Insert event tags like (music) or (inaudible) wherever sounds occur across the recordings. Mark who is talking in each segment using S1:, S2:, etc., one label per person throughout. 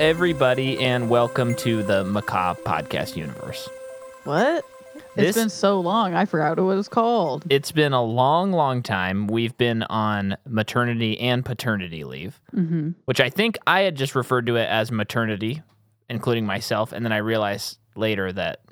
S1: everybody, and welcome to the Macabre Podcast Universe.
S2: What?
S1: This-
S2: it's been so long. I forgot what it was called.
S1: It's been a long, long time. We've been on maternity and paternity leave,
S2: hmm
S1: which I think I had just referred to it as maternity, including myself. And then I realized later that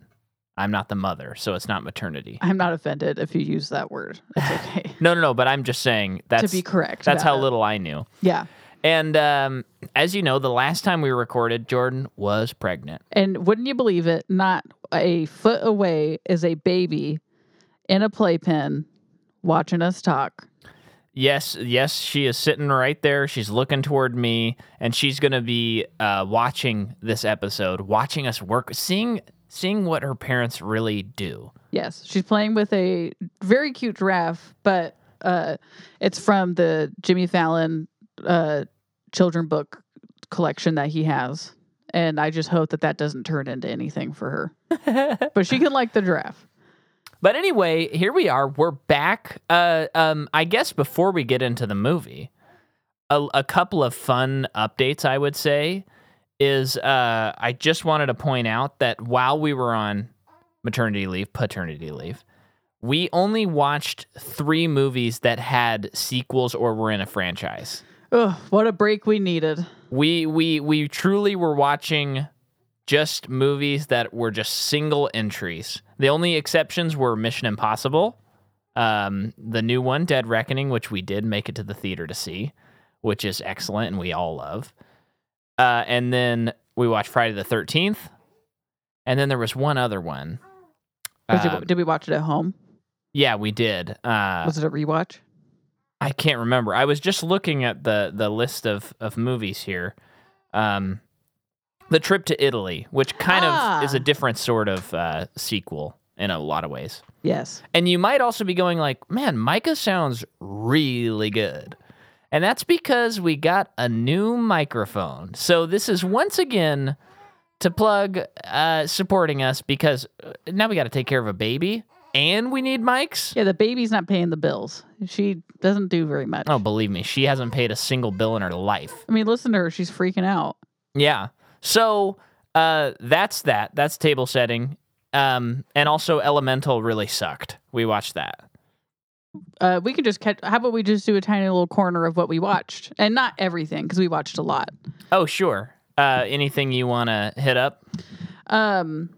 S1: I'm not the mother, so it's not maternity.
S2: I'm not offended if you use that word.
S1: (sighs)
S2: It's okay
S1: No, no, no, but I'm just saying
S2: to
S1: that's,
S2: be correct.
S1: that's
S2: about
S1: how
S2: it.
S1: little I knew.
S2: Yeah.
S1: And um, as you know, the last time we recorded, Jordan was pregnant.
S2: And wouldn't you believe it? Not a foot away is a baby in a playpen watching us talk.
S1: Yes, yes, she is sitting right there. She's looking toward me, and she's gonna be uh, watching this episode, watching us work, seeing seeing what her parents really do.
S2: Yes, she's playing with a very cute giraffe, but uh, it's from the Jimmy Fallon uh, children book collection that he has. And I just hope that that doesn't turn into anything for her. but she can like the giraffe.
S1: But anyway, here we are. We're back. Uh, um, I guess before we get into the movie, a, a couple of fun updates I would say is uh, I just wanted to point out that while we were on maternity leave, paternity leave, we only watched three movies that had sequels or were in a franchise.
S2: Ugh, what a break we needed.
S1: We we we truly were watching just movies that were just single entries. The only exceptions were Mission Impossible, um, the new one, Dead Reckoning, which we did make it to the theater to see, which is excellent and we all love. Uh, and then we watched Friday the Thirteenth, and then there was one other one.
S2: Was it-
S1: Um,
S2: did we watch it at home?
S1: yeah, we did. Uh,
S2: Was it a rewatch?
S1: I can't remember. I was just looking at the the list of of movies here. Um, the trip to Italy, which kind
S2: Ah.
S1: of is a different sort of uh, sequel in a lot of ways.
S2: Yes.
S1: And you might also be going like, "Man, Micah sounds really good." And that's because we got a new microphone. So this is once again to plug uh, supporting us because uh, now we got to take care of a baby and we need mics.
S2: Yeah, the baby's not paying the bills. She doesn't do very much.
S1: Oh, believe me, she hasn't paid a single bill in her life.
S2: I mean, listen to her. She's freaking out.
S1: Yeah. So uh, that's that. That's table setting. Um, and also Elemental really sucked. We watched that.
S2: uh, we can just catch. How about we just do a tiny little corner of what we watched, and not everything because we watched a lot.
S1: Oh sure. Uh, anything you want to hit up?
S2: Um,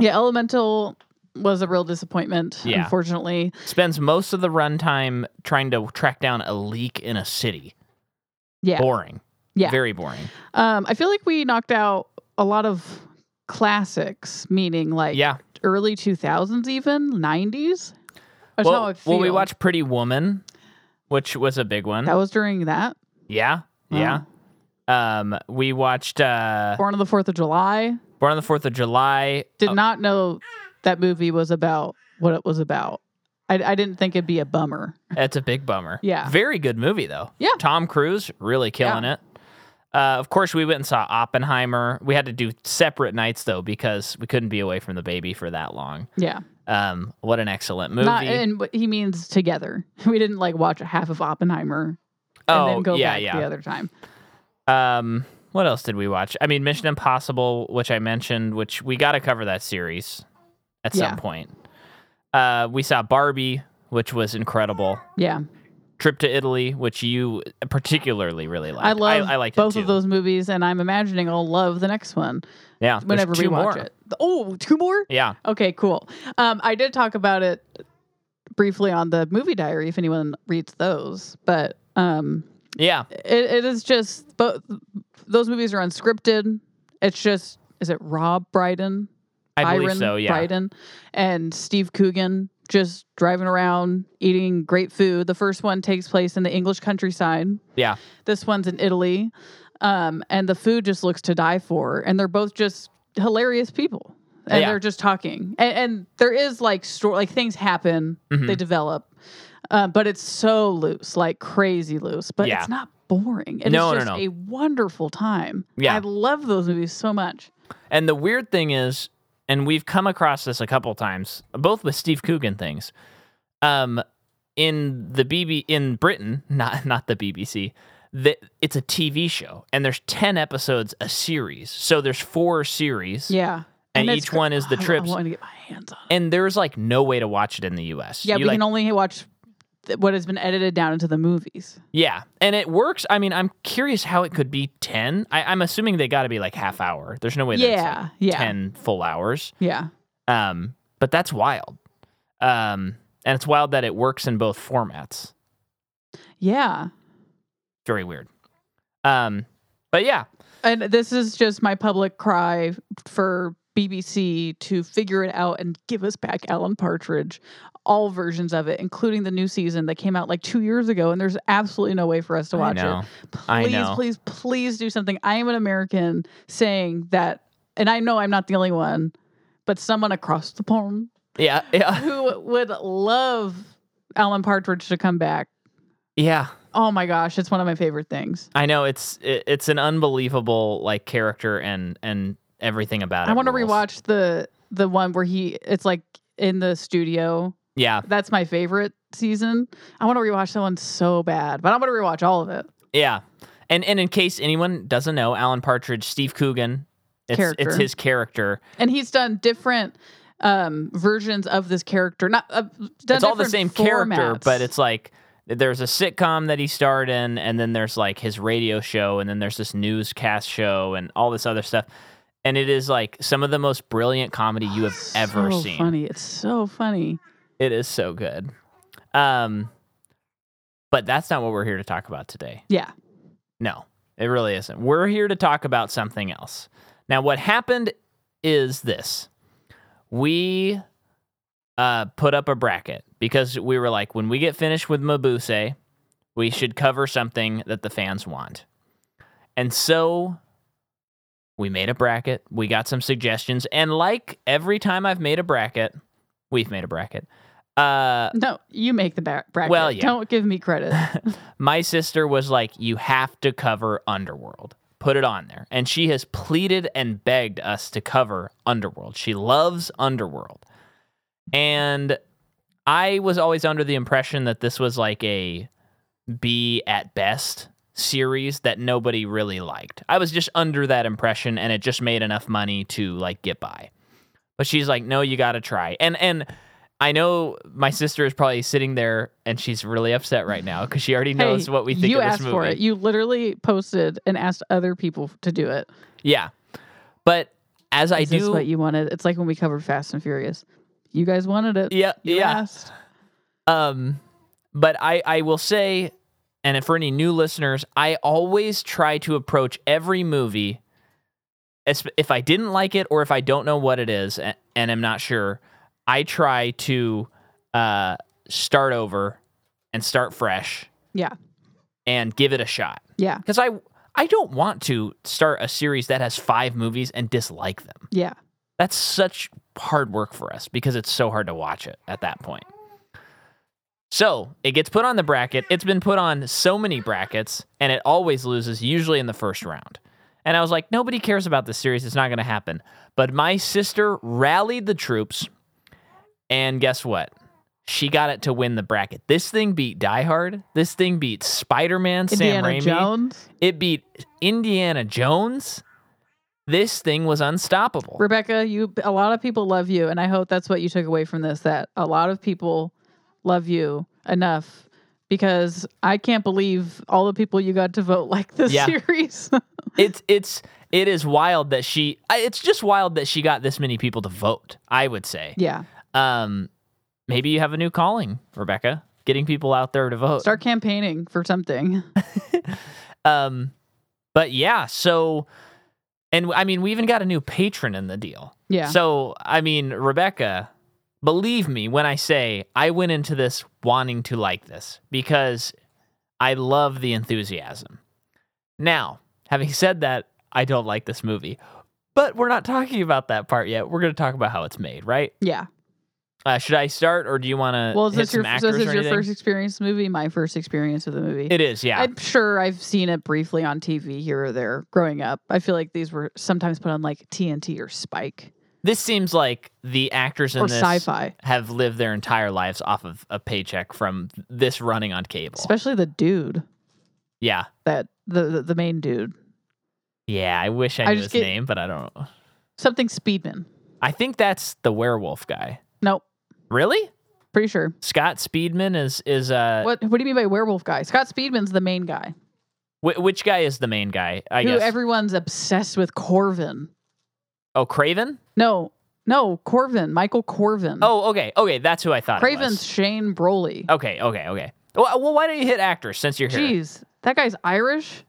S2: yeah, Elemental was a real disappointment.
S1: Yeah.
S2: Unfortunately,
S1: Spends most of the runtime trying to track down a leak in a city.
S2: yeah.
S1: Boring.
S2: Yeah.
S1: Very boring.
S2: Um, I feel like we knocked out a lot of classics, meaning like
S1: yeah.
S2: early two thousands, even nineties.
S1: Well, well, we watched Pretty Woman, which was a big one.
S2: that was during that
S1: yeah. Yeah.
S2: Uh-huh.
S1: Um, we watched uh,
S2: Born on the Fourth of July.
S1: Born on the Fourth of July.
S2: Did not know that movie was about what it was about. I, I didn't think it'd be a bummer.
S1: That's a big bummer.
S2: (laughs) Yeah.
S1: Very good movie though.
S2: Yeah.
S1: Tom Cruise really killing it. Uh, of course, we went and saw Oppenheimer. We had to do separate nights though because we couldn't be away from the baby for that long.
S2: Yeah.
S1: Um, what an excellent movie!
S2: Not, and what he means together. (laughs) We didn't like watch half of Oppenheimer and
S1: oh
S2: then go
S1: yeah,
S2: back the
S1: yeah.
S2: other time.
S1: um, what else did we watch? I mean, Mission Impossible, which I mentioned, which we got to cover that series at
S2: Yeah.
S1: some point. Uh, we saw Barbie, which was incredible.
S2: Yeah,
S1: Trip to Italy, which you particularly really liked.
S2: I love
S1: I, liked it,
S2: both
S1: too.
S2: of those movies, and I'm imagining I'll love the next one
S1: Yeah, there's
S2: whenever we
S1: two
S2: watch
S1: more.
S2: it. Oh, two more?
S1: Yeah,
S2: Okay, cool. Um, I did talk about it briefly on the movie diary if anyone reads those, but um,
S1: yeah.
S2: it, it is just both those movies are unscripted. It's just is it Rob Brydon?
S1: I believe
S2: Byron
S1: so. Yeah,
S2: Bryden and Steve Coogan just driving around eating great food. The first one takes place in the English countryside.
S1: yeah.
S2: This one's in Italy. Um, and the food just looks to die for. And they're both just hilarious people. And
S1: Yeah.
S2: they're just talking. And, and there is like story, like things happen,
S1: Mm-hmm.
S2: they develop. Uh, but it's so loose, like crazy loose. But
S1: Yeah.
S2: it's not boring. And
S1: No, no,
S2: it's just
S1: no.
S2: a wonderful time.
S1: Yeah.
S2: I love those movies so much.
S1: And the weird thing is, and we've come across this a couple times, both with Steve Coogan things. (laughs) Um, in the BB in Britain, not not the BBC, that it's a TV show and there's 10 episodes a series. So there's four series
S2: Yeah.
S1: and,
S2: it's
S1: each
S2: gr-
S1: one is the
S2: I-
S1: trips.
S2: I, want to get my hands on it.
S1: and there's like no way to watch it in the US.
S2: Yeah,
S1: You,
S2: we
S1: like,
S2: can only watch th- what has been edited down into the movies.
S1: yeah. And it works. I mean, I'm curious how it could be 10. I, I'm assuming they got to be like half hour. There's no way that it's like
S2: yeah. Yeah.
S1: 10 full hours.
S2: Yeah.
S1: Um, but that's wild. Um, and it's wild that it works in both formats.
S2: Yeah.
S1: Very weird. Um, but yeah,
S2: And this is just my public cry for BBC to figure it out and give us back Alan Partridge, all versions of it, including the new season that came out like two years ago. And there's absolutely no way for us to
S1: I
S2: watch
S1: know.
S2: it.
S1: I
S2: Please,
S1: know.
S2: please, please do something. I am an American saying that, and I know I'm not the only one, but someone across the pond
S1: Yeah, (laughs) yeah,
S2: who would love Alan Partridge to come back.
S1: yeah.
S2: Oh my gosh, it's one of my favorite things.
S1: I know it's it, it's an unbelievable like character and and everything about it.
S2: I want to
S1: rules.
S2: rewatch the the one where he it's like in the studio.
S1: Yeah,
S2: That's my favorite season. I want to rewatch that one so bad, but I'm gonna rewatch all of it.
S1: yeah. And and in case anyone doesn't know, Alan Partridge, Steve Coogan, it's it's
S2: Character.
S1: his character.
S2: And he's done different um versions of this character. Not uh, done
S1: it's all the same
S2: different
S1: character,
S2: formats.
S1: but it's like there's a sitcom that he starred in, and then there's like his radio show, and then there's this newscast show, and all this other stuff. And it is like some of the most brilliant comedy you have ever
S2: (sighs) so
S1: seen.
S2: Funny, it's so funny.
S1: It is so good. Um, but that's not what we're here to talk about today.
S2: Yeah,
S1: No, it really isn't. We're here to talk about something else. Now, what happened is this we uh, put up a bracket because we were like, when we get finished with Mabuse, we should cover something that the fans want. And so we made a bracket. We got some suggestions. And like every time I've made a bracket, we've made a bracket. Uh,
S2: no, you make the ba- bracket.
S1: Well, yeah.
S2: don't give me credit.
S1: my sister was like, You have to cover Underworld. Put it on there. And she has pleaded and begged us to cover Underworld. She loves Underworld. And I was always under the impression that this was like a B at best series that nobody really liked. I was just under that impression and it just made enough money to like get by. But she's like, "No, you got to try." And and I know my sister is probably sitting there and she's really upset right now cuz she already knows
S2: Hey,
S1: what we think
S2: you
S1: of this
S2: asked
S1: movie.
S2: for it. You literally posted and asked other people to do it.
S1: Yeah. But as I
S2: Is
S1: do
S2: this what you wanted? It's like when we covered Fast and Furious. You guys wanted it.
S1: Yeah,
S2: You
S1: yeah.
S2: asked.
S1: Um, but I, I will say, and for any new listeners, I always try to approach every movie, as- if I didn't like it or if I don't know what it is and, and I'm not sure, I try to uh, start over and start fresh
S2: Yeah.
S1: and give it a shot.
S2: Yeah.
S1: Because I, I don't want to start a series that has five movies and dislike them
S2: Yeah.
S1: that's such hard work for us because it's so hard to watch it at that point. So it gets put on the bracket. It's been put on so many brackets, and it always loses, usually in the first round. And I was like, nobody cares about this series. It's not going to happen. But my sister rallied the troops, and guess what? She got it to win the bracket. This thing beat Die Hard. This thing beat Spider Man, Sam
S2: Indiana
S1: Raimi.
S2: Jones.
S1: It beat Indiana Jones. This thing was unstoppable.
S2: Rebecca, you a lot of people love you, and I hope that's what you took away from this. That a lot of people love you enough because I can't believe all the people you got to vote like this
S1: Yeah.
S2: (laughs)
S1: (laughs)
S2: series.
S1: it's it's it is wild that she I- it's just wild that she got this many people to vote i would say
S2: yeah.
S1: um maybe you have a new calling rebecca getting people out there to vote
S2: Start campaigning for something.
S1: um but yeah so and i mean we even got a new patron in the deal
S2: Yeah.
S1: so i mean rebecca believe me when i say i went into this wanting to like this because i love the enthusiasm now having said that i don't like this movie but we're not talking about that part yet we're going to talk about how it's made right
S2: yeah.
S1: uh, should i start or do you want to
S2: Well, is
S1: uh, hit
S2: this
S1: some
S2: your so
S1: actors
S2: this
S1: or
S2: is your
S1: anything?
S2: first experience with the movie? My first experience with the movie.
S1: it is yeah
S2: I'm sure I've seen it briefly on TV here or there growing up. I feel like these were sometimes put on like TNT or Spike
S1: this seems like the actors in
S2: or
S1: this
S2: sci-fi,
S1: have lived their entire lives off of a paycheck from this running on cable.
S2: especially the dude.
S1: Yeah.
S2: that the the, the main dude,
S1: Yeah. I wish I,
S2: I
S1: knew his
S2: just get-
S1: name, but I don't.
S2: something Speedman.
S1: I think that's the werewolf guy.
S2: Nope,
S1: Really?
S2: pretty sure.
S1: Scott Speedman is is uh
S2: what What do you mean by werewolf guy? Scott Speedman's the main guy
S1: wh- which guy is the main guy? I
S2: who
S1: guess.
S2: everyone's obsessed with. Corvin.
S1: oh, Craven?
S2: No, no, Corvin. Michael Corvin.
S1: Oh, okay. Okay, that's who I thought. it was.
S2: Craven's Shane Broly.
S1: Okay, okay, okay. Well, well, why don't you hit actors since you're here?
S2: Jeez, that guy's Irish.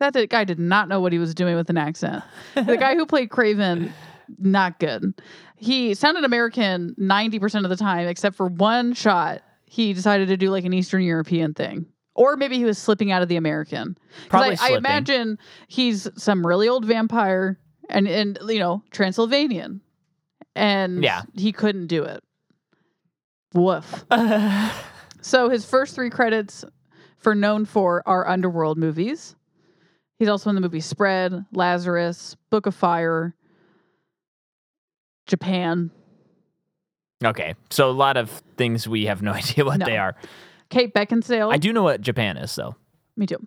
S2: That di- guy did not know what he was doing with an accent. The guy who played Craven, not good. He sounded American 90% of the time, except for one shot. He decided to do like an Eastern European thing. Or maybe he was slipping out of the American. 'Cause
S1: Probably
S2: I, I
S1: slipping.
S2: imagine he's some really old vampire and, and you know, Transylvanian. And
S1: Yeah.
S2: he couldn't do it. Woof. So his first three credits for known for are underworld movies. He's also in the movie Spread, Lazarus, Book of Fire, Japan.
S1: (laughs) okay, so a lot of things we have no (laughs) idea what
S2: No.
S1: they are.
S2: Kate Beckinsale.
S1: I do know what Japan is though.
S2: Me too.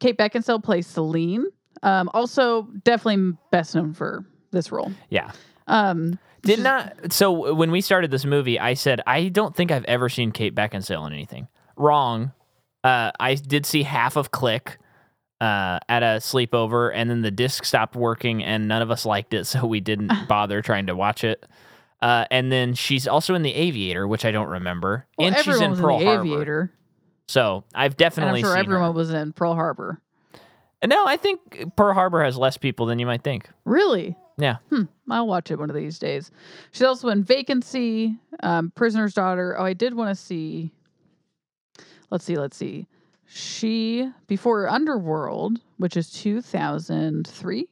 S2: Kate Beckinsale plays Celine. Um, also, definitely best known for this role.
S1: Yeah.
S2: Um,
S1: Did
S2: she's-
S1: not. So when we started this movie, I said I don't think I've ever seen Kate Beckinsale in anything. Wrong. Uh, I did see half of Click uh, at a sleepover, and then the disc stopped working, and none of us liked it, (laughs) so we didn't
S2: (laughs)
S1: bother trying to watch it. Uh, and then she's also in The Aviator, which I don't remember,
S2: well,
S1: and she's
S2: everyone
S1: in
S2: was
S1: Pearl
S2: the
S1: Harbor.
S2: Aviator,
S1: So I've
S2: and I'm
S1: definitely
S2: sure
S1: seen
S2: everyone
S1: her.
S2: was in Pearl Harbor.
S1: No, I think Pearl Harbor has less people than you might think.
S2: Really?
S1: Yeah.
S2: Hmm. I'll watch it one of these days. She's also in Vacancy, um, Prisoner's Daughter. Oh, I did want to see. Let's see. Let's see. She before Underworld, which is two thousand three.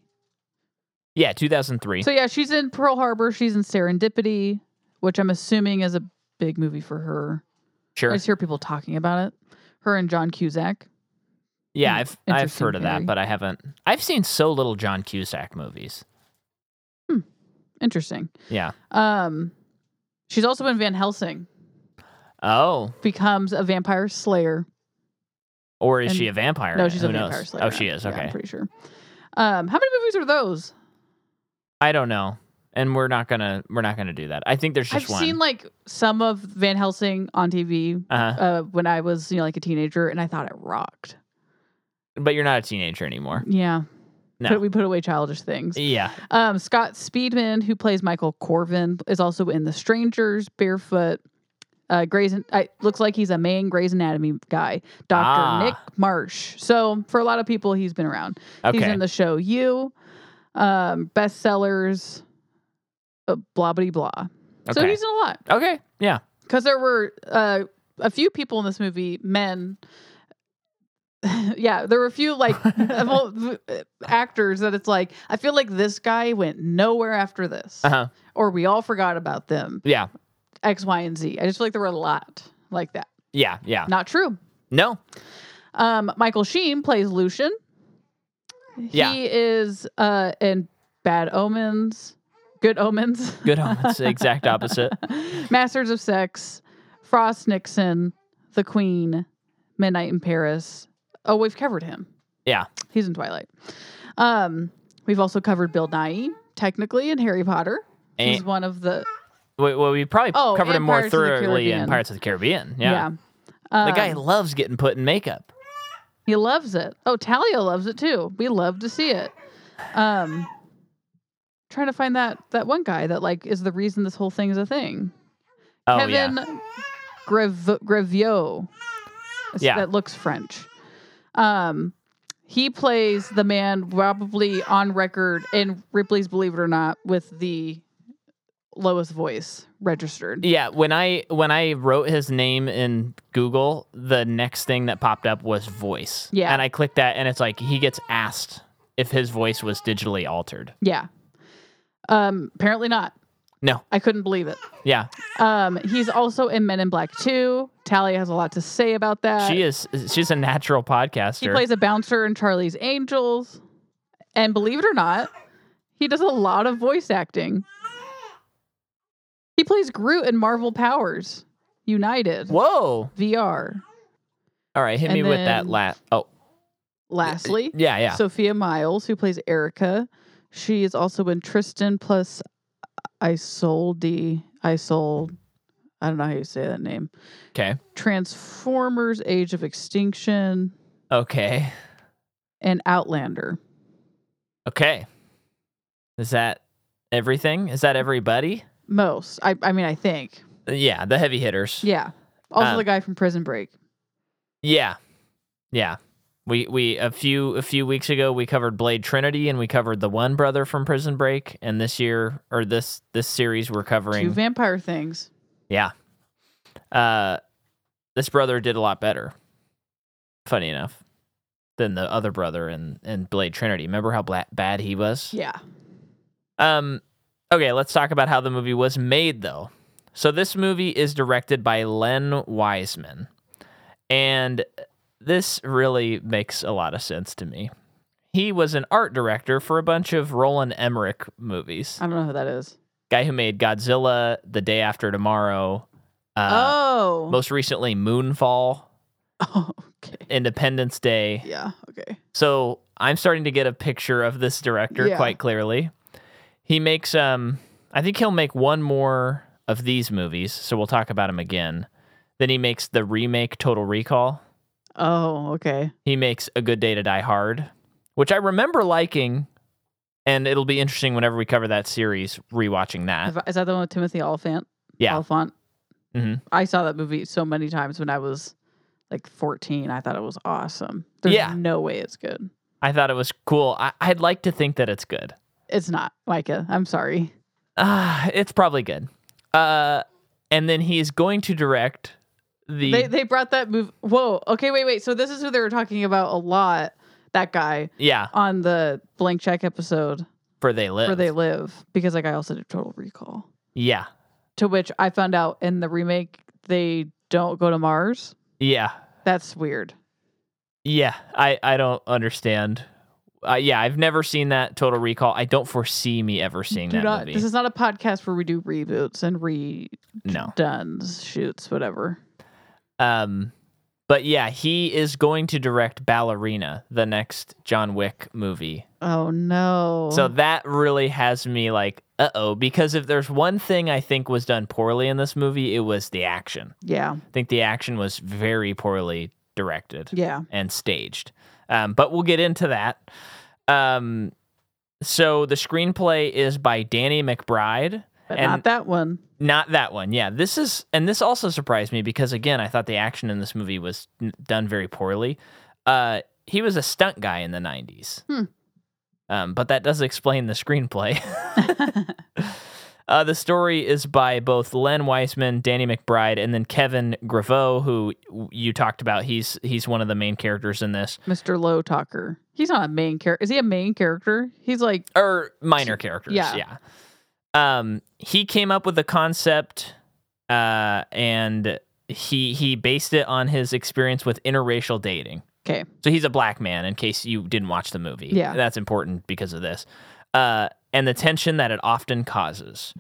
S1: Yeah, 2003.
S2: So yeah, she's in Pearl Harbor. She's in Serendipity, which I'm assuming is a big movie for her. I
S1: sure.
S2: just hear people talking about it. Her and John Cusack.
S1: Yeah, I've
S2: Hmm.
S1: I've
S2: Interesting
S1: heard of
S2: theory.
S1: that, but I haven't. I've seen so little John Cusack movies.
S2: Interesting.
S1: Yeah.
S2: Um, she's also in Van Helsing.
S1: Oh,
S2: Becomes a vampire slayer.
S1: or is
S2: And-
S1: she a vampire?
S2: No,
S1: in it?
S2: she's
S1: Who
S2: a
S1: knows?
S2: vampire slayer.
S1: Oh, she is.
S2: Yeah,
S1: Okay.
S2: I'm pretty sure. Um, how many movies are those?
S1: I don't know, and we're not gonna we're not gonna do that. I think there's just
S2: I've
S1: one.
S2: seen like some of Van Helsing on TV
S1: uh-huh.
S2: uh, when I was you know like a teenager, and I thought it rocked.
S1: But you're not a teenager anymore.
S2: Yeah,
S1: No.
S2: Put- we put away childish things.
S1: yeah.
S2: Um, Scott Speedman, who plays Michael Corvin, is also in The Strangers, Barefoot. Uh, Grey's I, looks like he's a main Grey's Anatomy guy, Doctor
S1: Ah.
S2: Nick Marsh. So for a lot of people, he's been around. He's
S1: Okay.
S2: in the show You, um, bestsellers, uh, blah blah blah. So
S1: okay.
S2: he's in a lot
S1: okay. Yeah.
S2: because there were uh, a few people in this movie, men. (laughs) yeah, there were a few
S1: (laughs)
S2: like of all- actors that it's like I feel like this guy went nowhere after this,
S1: Uh huh.
S2: or we all forgot about them.
S1: Yeah.
S2: X, Y, and Z. I just feel like there were a lot like that.
S1: Yeah. Yeah.
S2: Not true.
S1: No.
S2: Um, Michael Sheen plays Lucian.
S1: Yeah.
S2: He is uh, in Bad Omens, Good Omens, (laughs)
S1: Good omens. exact opposite.
S2: Masters of Sex, Frost Nixon, The Queen, Midnight in Paris. Oh, we've covered him.
S1: Yeah.
S2: He's in Twilight. Um, we've also covered Bill Nye, technically, in Harry Potter. He's
S1: And,
S2: one of the.
S1: we- well, we probably
S2: Oh,
S1: covered
S2: and
S1: him more
S2: Pirates of the
S1: thoroughly in
S2: Caribbean.
S1: Pirates of the Caribbean. Yeah.
S2: Yeah.
S1: The
S2: Um,
S1: guy loves getting put in makeup.
S2: He loves it. Oh, Talia loves it too. We love to see it. Um trying to find that that one guy that like is the reason this whole thing's a thing.
S1: Oh yeah.
S2: Kevin Grev- Grevio. It's-
S1: Yeah.
S2: That looks French. Um he plays the man probably on record in Ripley's Believe It or Not with the lowest voice registered.
S1: Yeah, when I when I wrote his name in Google, the next thing that popped up was voice.
S2: Yeah.
S1: And I clicked that and it's like he gets asked if his voice was digitally altered.
S2: Yeah. Um apparently not.
S1: No.
S2: I couldn't believe it.
S1: Yeah.
S2: Um, he's also in Men in Black 2. Talia has a lot to say about that.
S1: she is she's a natural podcaster.
S2: He Uh, plays a bouncer in Charlie's Angels. And believe it or not, he does a lot of voice acting. He plays Groot in Marvel Powers United
S1: Whoa.
S2: VR.
S1: All right, hit
S2: And
S1: me with that
S2: then-
S1: lat. Oh,
S2: lastly,
S1: Yeah, yeah.
S2: Sophia Miles, who plays Erica, she is also in Tristan plus Isolde. Isolde. I don't know how you say that name.
S1: Okay.
S2: Transformers: Age of Extinction
S1: Okay.
S2: and Outlander.
S1: Okay. Is that everything? Is that everybody? Uh,
S2: Most. I. I mean, I think.
S1: Yeah, the heavy hitters.
S2: Yeah. Also,
S1: Um,
S2: the guy from Prison Break.
S1: Yeah. Yeah. We we a few a few weeks ago we covered Blade Trinity and we covered the one brother from Prison Break and this year or this this series we're
S2: Two
S1: covering
S2: vampire things.
S1: Yeah. Uh this brother did a lot better. Funny enough. Than the other brother in in Blade Trinity. Remember how bla- bad he was?
S2: Yeah.
S1: Um, okay, let's talk about how the movie was made, though. So this movie is directed by Len Wiseman, and this really makes a lot of sense to me. He was an art director for a bunch of Roland Emmerich movies.
S2: I don't know who that is.
S1: Guy who made Godzilla, The Day After Tomorrow, uh,
S2: oh.
S1: most recently Moonfall,
S2: oh. (laughs) Okay.
S1: Independence Day.
S2: Yeah. Okay.
S1: So I'm starting to get a picture of this director
S2: Yeah.
S1: quite clearly. He makes um I think he'll make one more of these movies, so we'll talk about him again. Then he makes the remake Total Recall.
S2: Oh. Okay.
S1: He makes A Good Day to Die Hard, which I remember liking and it'll be interesting whenever we cover that series rewatching that.
S2: Have I- Is that the one with Timothy Oliphant?
S1: Yeah.
S2: Oliphant.
S1: Mhm.
S2: I saw that movie so many times when I was like 14. I thought it was awesome. There's
S1: Yeah.
S2: no way it's good.
S1: I thought it was cool. I- I'd like to think that it's good.
S2: It's not, Micah. I'm sorry.
S1: Ah, it's probably good. Uh and then he is going to direct the
S2: They they brought that move. Whoa. Okay. Wait. Wait. So this is who they were talking about a lot. That guy
S1: yeah,
S2: on the blank check episode
S1: for they live.
S2: where they live because like I also did Total Recall,
S1: Yeah.
S2: to which I found out in the remake they don't go to Mars.
S1: Yeah.
S2: That's weird.
S1: Yeah. I, I don't understand. Uh, yeah, I've never seen that Total Recall. I don't foresee me ever seeing
S2: Do
S1: that
S2: not.
S1: movie.
S2: This is not a podcast where we do reboots and re
S1: no.
S2: duns, shoots, whatever.
S1: Um but yeah, he is going to direct Ballerina, the next John Wick movie.
S2: Oh no.
S1: So that really has me like, uh-oh, because if there's one thing I think was done poorly in this movie, it was the action.
S2: yeah,
S1: I think the action was very poorly directed.
S2: yeah.
S1: and staged. Um, but we'll get into that. Um, so the screenplay is by Danny McBride.
S2: But
S1: And-
S2: not that one.
S1: Not that one. Yeah, this is, and this also surprised me because again, I thought the action in this movie was n- done very poorly. Uh, he was a stunt guy in the '90s,
S2: Hmm.
S1: um, but that does explain the screenplay. (laughs) Uh, the story is by both Len Wiseman, Danny McBride, and then Kevin Graveau, who you talked about. He's he's one of the main characters in this.
S2: Mr. Low Talker. He's not a main character. Is he a main character? He's like
S1: or minor characters. Yeah.
S2: yeah.
S1: Um, he came up with the concept, uh, and he he based it on his experience with interracial dating.
S2: 'Kay.
S1: So he's a black man. In case you didn't watch the movie,
S2: Yeah.
S1: that's important because of this, uh, and the tension that it often causes.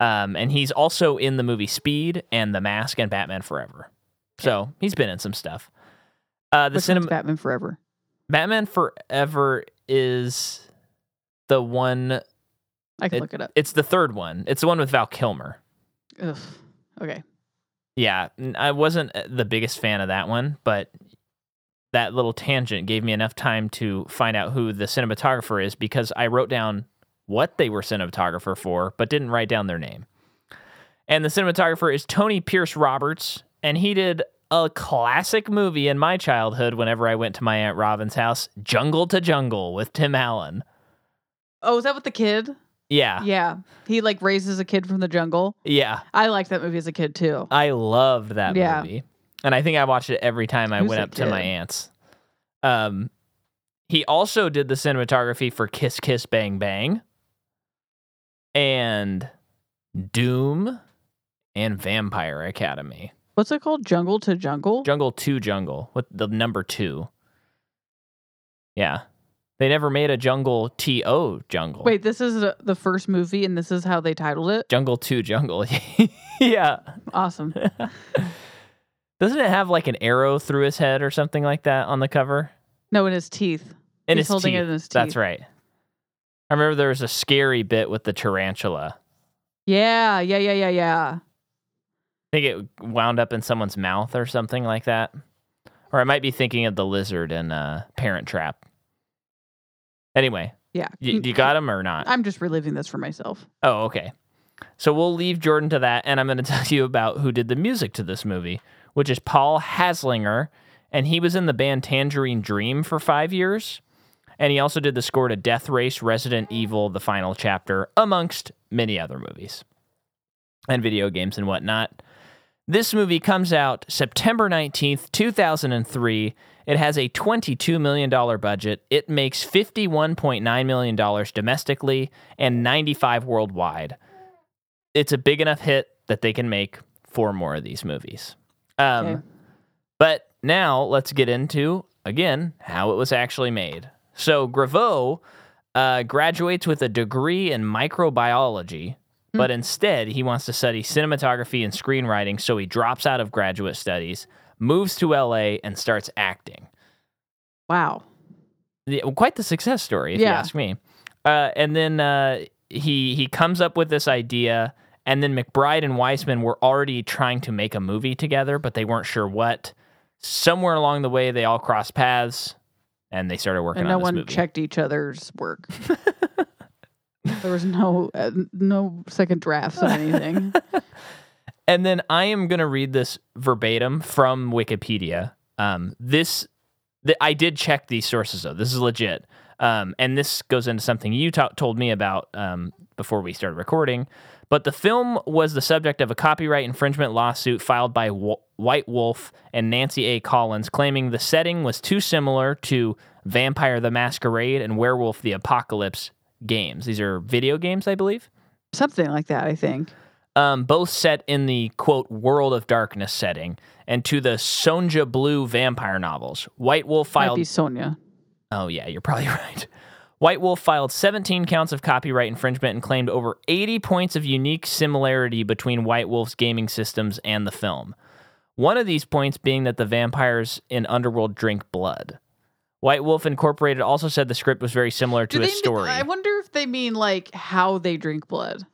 S1: Um, and he's also in the movie Speed and The Mask and Batman Forever. So he's been in some stuff. Uh, the
S2: which one's
S1: cinema.
S2: Batman Forever.
S1: Batman Forever is the one.
S2: I can
S1: It-
S2: look it up.
S1: It's the third one. It's the one with Val Kilmer.
S2: Ugh. Okay.
S1: Yeah, n- I wasn't uh, the biggest fan of that one, but that little tangent gave me enough time to find out who the cinematographer is because I wrote down what they were cinematographer for, but didn't write down their name. And the cinematographer is Tony Pierce Roberts, and he did a classic movie in my childhood whenever I went to my Aunt Robin's house, Jungle to Jungle with Tim Allen.
S2: Oh, is that with the kid?
S1: Yeah.
S2: Yeah. He like raises a kid from the jungle.
S1: Yeah.
S2: I liked that movie as a kid too.
S1: I loved that
S2: Yeah.
S1: movie. And I think I watched it every time I
S2: Who's
S1: went
S2: that
S1: up to my
S2: kid?
S1: aunt's. Um he also did the cinematography for Kiss Kiss Bang Bang and Doom and Vampire Academy.
S2: What's it called? Jungle to jungle?
S1: Jungle 2 Jungle with the number 2. Yeah. They never made a Jungle TO Jungle.
S2: Wait, this is the- the first movie and this is how they titled it?
S1: Jungle 2 Jungle. (laughs) yeah. (laughs)
S2: Awesome.
S1: Doesn't it have like an arrow through his head or something like that on the cover?
S2: No, in his teeth.
S1: In
S2: He's
S1: his
S2: holding
S1: teeth.
S2: it in his
S1: That's
S2: teeth.
S1: right. I remember there was a scary bit with the tarantula.
S2: Yeah, yeah, yeah, yeah, yeah.
S1: I think it wound up in someone's mouth or something like that. Or I might be thinking of the lizard in uh, Parent Trap. Anyway,
S2: Yeah.
S1: you, you got him or not?
S2: I'm just reliving this for myself.
S1: Oh, okay. So we'll leave Jordan to that, and I'm going to (laughs) tell you about who did the music to this movie, which is Paul Haslinger, and he was in the band Tangerine Dream for five years, and he also did the score to Death Race, Resident Evil, The Final Chapter, amongst many other movies and video games and whatnot. This movie comes out September 19th, 2003. It has a $22 million budget. It makes $51.9 million domestically and 95 worldwide. It's a big enough hit that they can make four more of these movies. Um,
S2: Okay.
S1: But now let's get into, again, how it was actually made. So Graveau uh, graduates with a degree in microbiology but instead he wants to study cinematography and screenwriting so he drops out of graduate studies moves to la and starts acting
S2: Wow.
S1: The- quite the success story if you
S2: Yeah.
S1: ask me uh, and then uh, he he comes up with this idea and then mcbride and weisman were already trying to make a movie together but they weren't sure what somewhere along the way they all crossed paths and they started working on
S2: And no
S1: this
S2: one
S1: movie
S2: checked each other's work. (laughs) there was no uh, no second drafts of anything.
S1: And then I am going to read this verbatim from Wikipedia. Um, this, th- I did check these sources though. This is legit. Um, and this goes into something you ta- told me about um, before we started recording. But the film was the subject of a copyright infringement lawsuit filed by Wo- White Wolf and Nancy A. Collins, claiming the setting was too similar to Vampire the Masquerade and Werewolf the Apocalypse games. These are video games, I believe
S2: (laughs) Something like that, I think.
S1: um, both set in the quote world of darkness setting and to the Sonja Blue vampire novels. White Wolf
S2: Might
S1: filed.
S2: be Sonia.
S1: (laughs) Oh, yeah, you're probably (laughs) right. White Wolf filed 17 counts of copyright infringement and claimed over 80 points of unique similarity between White Wolf's gaming systems and the film. One of these points being that the vampires in Underworld drink blood. White Wolf Incorporated also said the script was very similar to a story.
S2: I wonder if they mean like how they drink blood.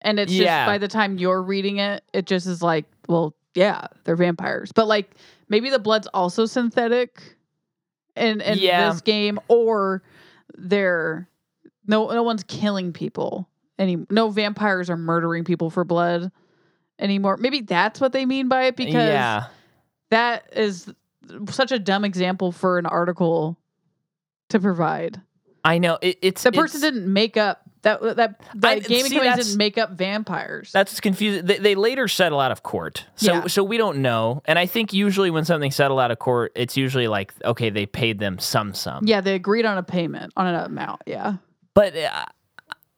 S2: And it's
S1: Yeah.
S2: just by the time you're reading it, it just is like, well, yeah, they're vampires. But like maybe the blood's also synthetic in, in
S1: Yeah.
S2: this game, or they're no no one's killing people any no vampires are murdering people for blood anymore. Maybe that's what they mean by it because
S1: yeah.
S2: that is such a dumb example for an article to provide.
S1: I know. It, it's
S2: The person
S1: it's-
S2: didn't make up that that the
S1: I-
S2: gaming
S1: see,
S2: companies
S1: that's-
S2: didn't make up vampires.
S1: That's what's confusing. They, they later settle out of court, so
S2: Yeah.
S1: so we don't know. And I think usually when something settled out of court, it's usually like okay, they paid them some sum.
S2: yeah, they agreed on a payment on an amount. Yeah,
S1: But uh,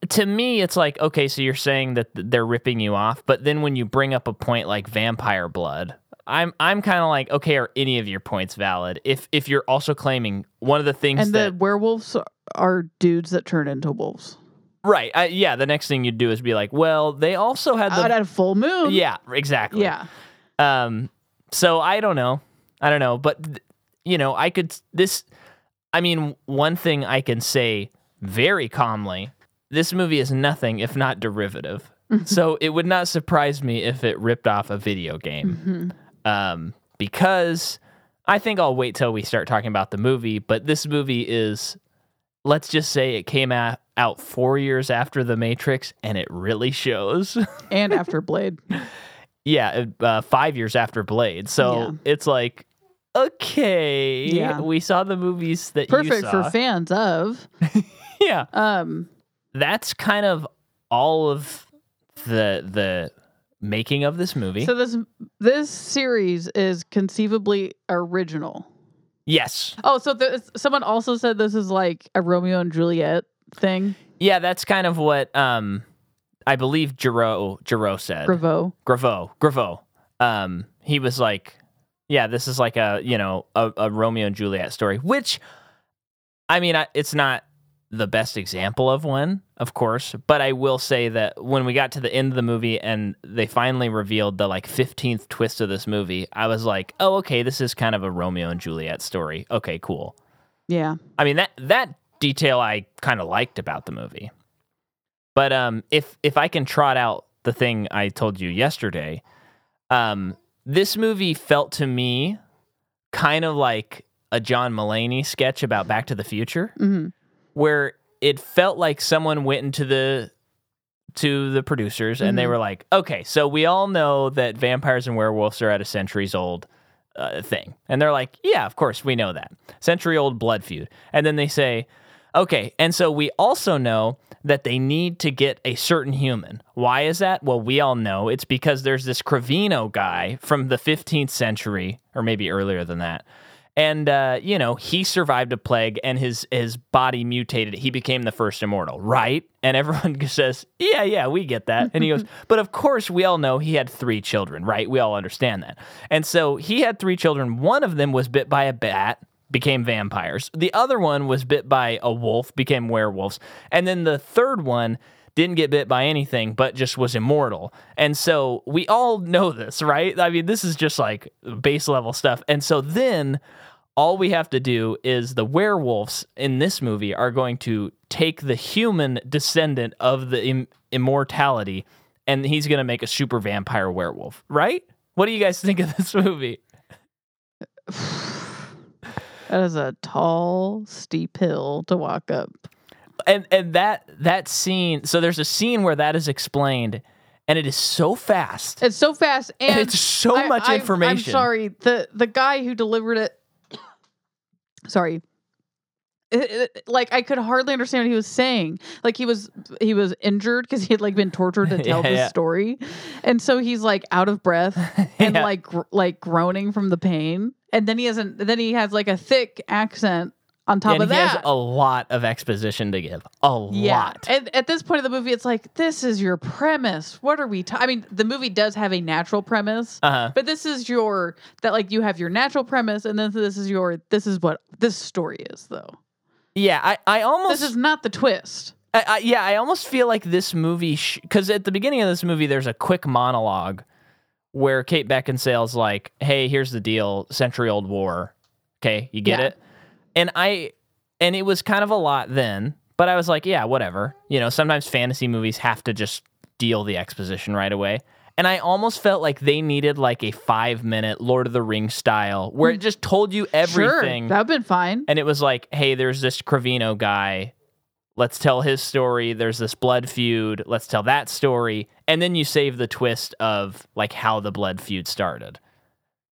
S1: to me, it's like okay, so you're saying that th- they're ripping you off. But then when you bring up a point like vampire blood, I'm I'm kind of like okay, are any of your points valid? If if you're also claiming one of the things
S2: and
S1: that
S2: the werewolves are dudes that turn into wolves
S1: right, I, yeah, the next thing you'd do is be like, well, they also had
S2: out
S1: the
S2: at a full moon.
S1: yeah, exactly.
S2: yeah.
S1: Um, so I don't know. I don't know, but th- you know, I could this. I mean, one thing I can say very calmly: this movie is nothing if not derivative. so it would not surprise me if it ripped off a video game,
S2: Mhm.
S1: um, because I think I'll wait till we start talking about the movie. But this movie is, let's just say, it came out out four years after The Matrix, and it really shows.
S2: And after Blade,
S1: yeah, uh, five years after Blade. So it's like, okay,
S2: Yeah.
S1: we saw the movies that (laughs) you
S2: perfect
S1: saw.
S2: for fans of.
S1: (laughs) yeah,
S2: Um,
S1: that's kind of all of the the making of this movie.
S2: so this this series is conceivably original.
S1: yes,
S2: Oh, so th- someone also said this is like a Romeo and Juliet thing.
S1: yeah, that's kind of what um I believe Giro Giro said.
S2: Bravo.
S1: Graveau, Graveau. Um, he was like, yeah, this is like a you know a, a Romeo and Juliet story, which, I mean, I, it's not the best example of one, of course. But I will say that when we got to the end of the movie and they finally revealed the like 15th twist of this movie, I was like, oh, okay, this is kind of a Romeo and Juliet story. Okay, cool.
S2: Yeah.
S1: I mean that that detail I kind of liked about the movie. But um, if if I can trot out the thing I told you yesterday, um, this movie felt to me kind of like a John Mulaney sketch about Back to the Future,
S2: hmm
S1: where it felt like someone went into the to the producers and they
S2: Mhm.
S1: were like, "Okay, so we all know that vampires and werewolves are at a centuries old uh, thing," and they're like, "Yeah, of course we know that century old blood feud," and then they say. Okay, and so we also know that they need to get a certain human. Why is that? Well, we all know it's because there's this Cravino guy from the 15th century, or maybe earlier than that. And uh, you know, he survived a plague, and his his body mutated. He became the first immortal, right? And everyone (laughs) says, "Yeah, yeah, we get that." And he goes, "But of course, we all know he had three children, right? We all understand that." And so he had three children. One of them was bit by a bat became vampires. The other one was bit by a wolf, became werewolves. And then the third one didn't get bit by anything, but just was immortal. And so we all know this, right? I mean, this is just like base level stuff. And so then all we have to do is the werewolves in this movie are going to take the human descendant of the Im- immortality and he's going to make a super vampire werewolf, right? What do you guys (laughs) think of this movie?
S2: That is a tall, steep hill to walk up.
S1: and and that that scene so there's a scene where that is explained and it is so fast
S2: It's so fast and
S1: and (laughs) it's so
S2: I-
S1: much
S2: I-
S1: information
S2: I'm sorry. The the guy who delivered it. (coughs) sorry. It- it- like I could hardly understand what he was saying. Like he was he was injured because he had like been
S1: (laughs)
S2: tortured to
S1: Yeah,
S2: tell this
S1: yeah.
S2: story, and so he's like out
S1: (laughs)
S2: of breath and
S1: Yeah.
S2: like gr- like groaning from the pain. And then he hasn't. Then he has like a thick accent on top
S1: and
S2: of
S1: he
S2: that.
S1: has a lot of exposition to give a lot
S2: And at this point of the movie, it's like this is your premise. What are we? ta- I mean, the movie does have a natural premise,
S1: uh-huh
S2: but this is your that like you have your natural premise, and then this is your this is what this story is though.
S1: yeah i i almost
S2: This is not the twist.
S1: I, I, yeah, I almost feel like this movie because at the beginning of this movie, there's a quick monologue where Kate Beckinsale's like, "Hey, here's the deal: century-old war. Okay, you get
S2: Yeah.
S1: it." And I, and it was kind of a lot then, but I was like, "Yeah, whatever." You know, sometimes fantasy movies have to just deal the exposition right away. And I almost felt like they needed like a five-minute Lord of the Rings style where it just told you everything
S2: Mm. Sure, that'd been fine.
S1: and it was like, hey, there's this Cravino guy. Let's tell his story. There's this blood feud. Let's tell that story, and then you save the twist of like how the blood feud started.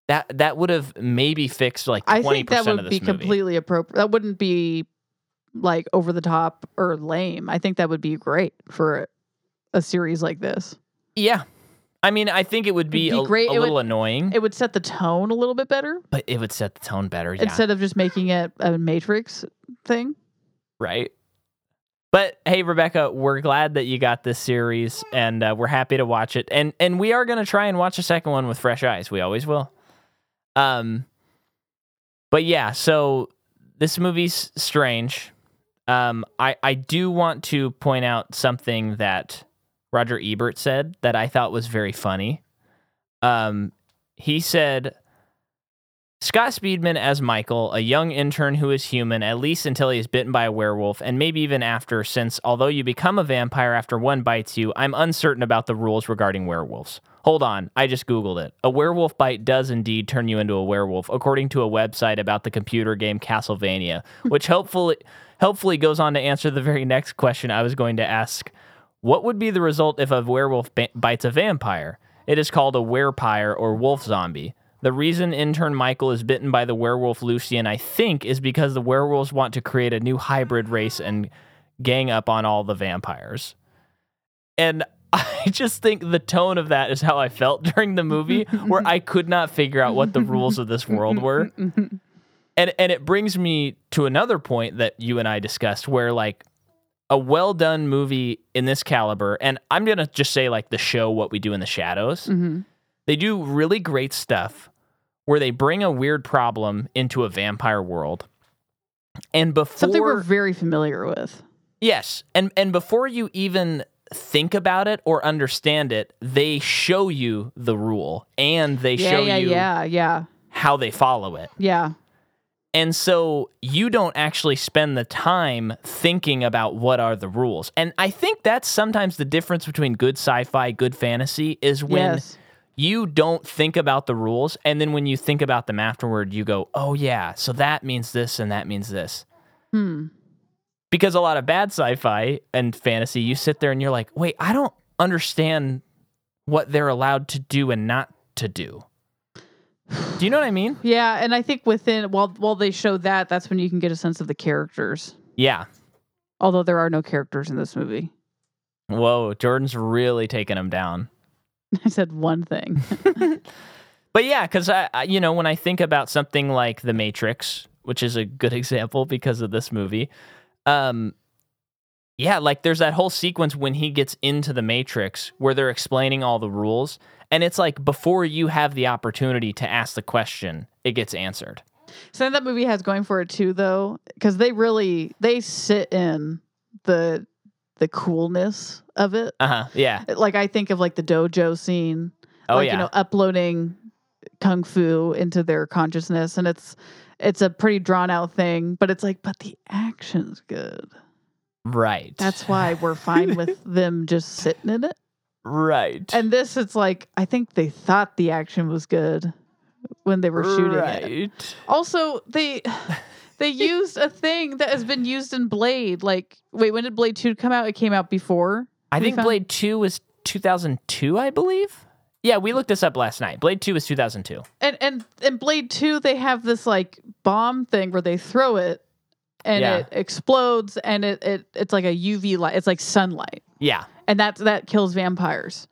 S1: That that would have maybe fixed like
S2: I
S1: twenty
S2: think that
S1: percent of
S2: would
S1: this
S2: be
S1: movie.
S2: completely appropriate. That wouldn't be like over the top or lame. I think that would be great for a series like this.
S1: Mm-hmm. yeah, I mean, I think it would be,
S2: It'd be
S1: a,
S2: great.
S1: a
S2: It would-
S1: little annoying,
S2: It would set the tone a little bit better
S1: but it would set the tone better. Yeah,
S2: instead of just making it a Matrix thing.
S1: right? But hey, Rebecca, we're glad that you got this series, and uh, we're happy to watch it. And and we are going to try and watch a second one with fresh eyes. We always will. Um, but yeah, so this movie's strange. Um, I I do want to point out something that Roger Ebert said that I thought was very funny. Um, he said Scott Speedman as Michael, a young intern who is human, at least until he is bitten by a werewolf, and maybe even after, since although you become a vampire after one bites you, I'm uncertain about the rules regarding werewolves. Hold on, I just Googled it. A werewolf bite does indeed turn you into a werewolf, according to a website about the computer game Castlevania, which (laughs) hopefully helpfully goes on to answer the very next question I was going to ask. What would be the result if a werewolf ba- bites a vampire? It is called a werepire or wolf zombie. The reason intern Michael is bitten by the werewolf Lucian, I think, is because the werewolves want to create a new hybrid race and gang up on all the vampires. And (laughs) I just think the tone of that is how I felt (laughs) during the movie, where I could not figure out what the rules of this world were and and it brings me to another point that you and I discussed where like a well done movie in this caliber and I'm going to just say like the show what we do in the shadows
S2: hmm
S1: they do really great stuff where they bring a weird problem into a vampire world and before
S2: Something we're very familiar with.
S1: Yes, and and before you even think about it or understand it, they show you the rule and they
S2: yeah,
S1: show
S2: yeah,
S1: you
S2: yeah, yeah,
S1: how they follow it.
S2: yeah.
S1: And so you don't actually spend the time thinking about what are the rules. And I think that's sometimes the difference between good sci-fi, good fantasy is when
S2: yes.
S1: you don't think about the rules and then when you think about them afterward you go, "Oh yeah, so that means this and that means this."
S2: Hmm.
S1: because a lot of bad sci-fi and fantasy you sit there and you're like wait i don't understand what they're allowed to do and not to do do you know what i mean
S2: Yeah, and I think within while while they show that, that's when you can get a sense of the characters.
S1: yeah
S2: Although there are no characters in this movie. (laughs)
S1: whoa jordan's really taking him down
S2: I said one (laughs) thing.
S1: but yeah because I, I you know when i think about something like the matrix which is a good (laughs) example because of this movie um yeah like there's that whole sequence when he gets into the matrix where they're explaining all the rules and it's like before you have the opportunity to ask the question it gets answered
S2: Something that movie has going for it too, though, because they really they sit in the the coolness of it.
S1: uh-huh yeah
S2: Like I think of like the dojo scene,
S1: oh
S2: like
S1: yeah
S2: you know, uploading kung fu into their consciousness, and it's it's a pretty drawn out thing, but it's like, but the action's good.
S1: right
S2: That's why we're fine
S1: (laughs)
S2: with them just sitting in it.
S1: right
S2: And this, it's like I think they thought the action was good when they were shooting it.
S1: right
S2: Also,
S1: (laughs)
S2: they they used a thing that has been used in Blade. Like, wait, when did Blade Two come out? It came out before.
S1: i
S2: We
S1: think
S2: found-
S1: blade 2 was 2002 i believe yeah we looked this up last night blade 2 was 2002
S2: And and in Blade Two, they have this like bomb thing where they throw it and
S1: Yeah.
S2: it explodes, and it, it it's like a UV light. It's like sunlight,
S1: yeah
S2: and that that kills vampires.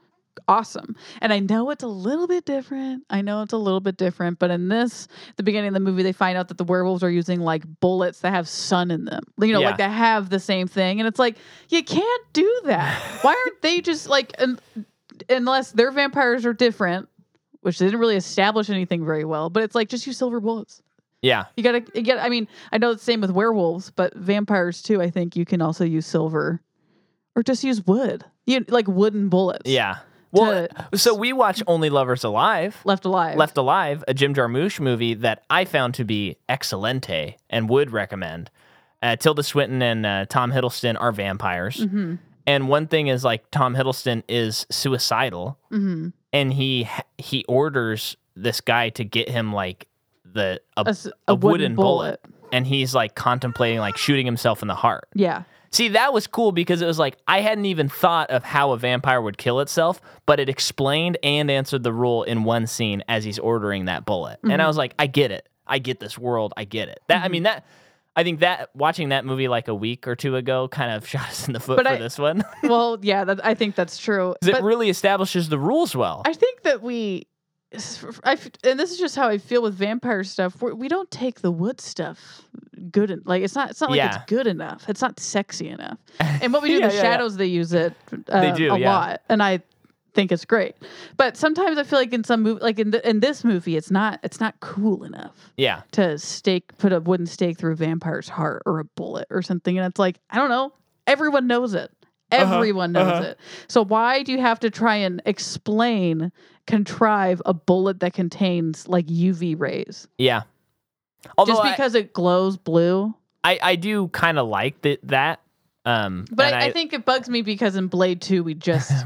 S2: Awesome. And I know it's a little bit different. I know it's a little bit different, but in this, the beginning of the movie, they find out that the werewolves are using like bullets that have sun in them. You know, like
S1: Yeah.
S2: they have the same thing. And it's like, you can't do that. Why aren't they just like, un- unless their vampires are different, which they didn't really establish anything very well, but it's like, just use silver bullets.
S1: yeah
S2: You gotta, you gotta, I mean, I know it's the same with werewolves, but vampires too, I think you can also use silver or just use wood. You like wooden bullets.
S1: yeah well
S2: To-
S1: so we watch only lovers alive
S2: Left alive.
S1: Left Alive, a Jim Jarmusch movie that I found to be excelente and would recommend. Uh, Tilda Swinton and uh, Tom Hiddleston are vampires.
S2: Mm-hmm.
S1: And one thing is like Tom Hiddleston is suicidal
S2: Mm-hmm.
S1: and he he orders this guy to get him like the a,
S2: A, s-
S1: a
S2: a wooden,
S1: wooden
S2: bullet.
S1: and he's like contemplating like shooting himself in the heart.
S2: Yeah.
S1: See, that was cool because it was like I hadn't even thought of how a vampire would kill itself, but it explained and answered the rule in one scene as he's ordering that bullet. And
S2: Mm-hmm.
S1: I was like, I get it. I get this world. I get it. That I mean that I think that watching that movie like a week or two ago kind of (laughs) shot us in the foot
S2: But
S1: for
S2: I-
S1: this one. (laughs) 'Cause
S2: Well, yeah, that, I think that's true.
S1: it really establishes the rules well.
S2: I think that we, I f- and this is just how I feel with vampire stuff. We're, we don't take the wood stuff good en- like it's not it's not like
S1: Yeah.
S2: it's good enough. It's not sexy enough. And what
S1: (laughs)
S2: we do in
S1: Yeah,
S2: the
S1: yeah, yeah.
S2: shadows, they use it. Uh,
S1: They do,
S2: a
S1: yeah.
S2: lot, and I think it's great. But sometimes I feel like in some movie, like in the, in this movie, it's not it's not cool enough
S1: yeah.
S2: to stake put a wooden stake through a vampire's heart or a bullet or something and it's like i don't know everyone knows it
S1: Uh-huh,
S2: everyone knows
S1: uh-huh.
S2: it so why do you have to try and explain contrive a bullet that contains like uv rays
S1: Yeah. Although
S2: just
S1: I-
S2: because it glows blue
S1: I, I, do kind of like th- that. Um,
S2: but
S1: and
S2: I, I think it bugs me because in blade 2 we just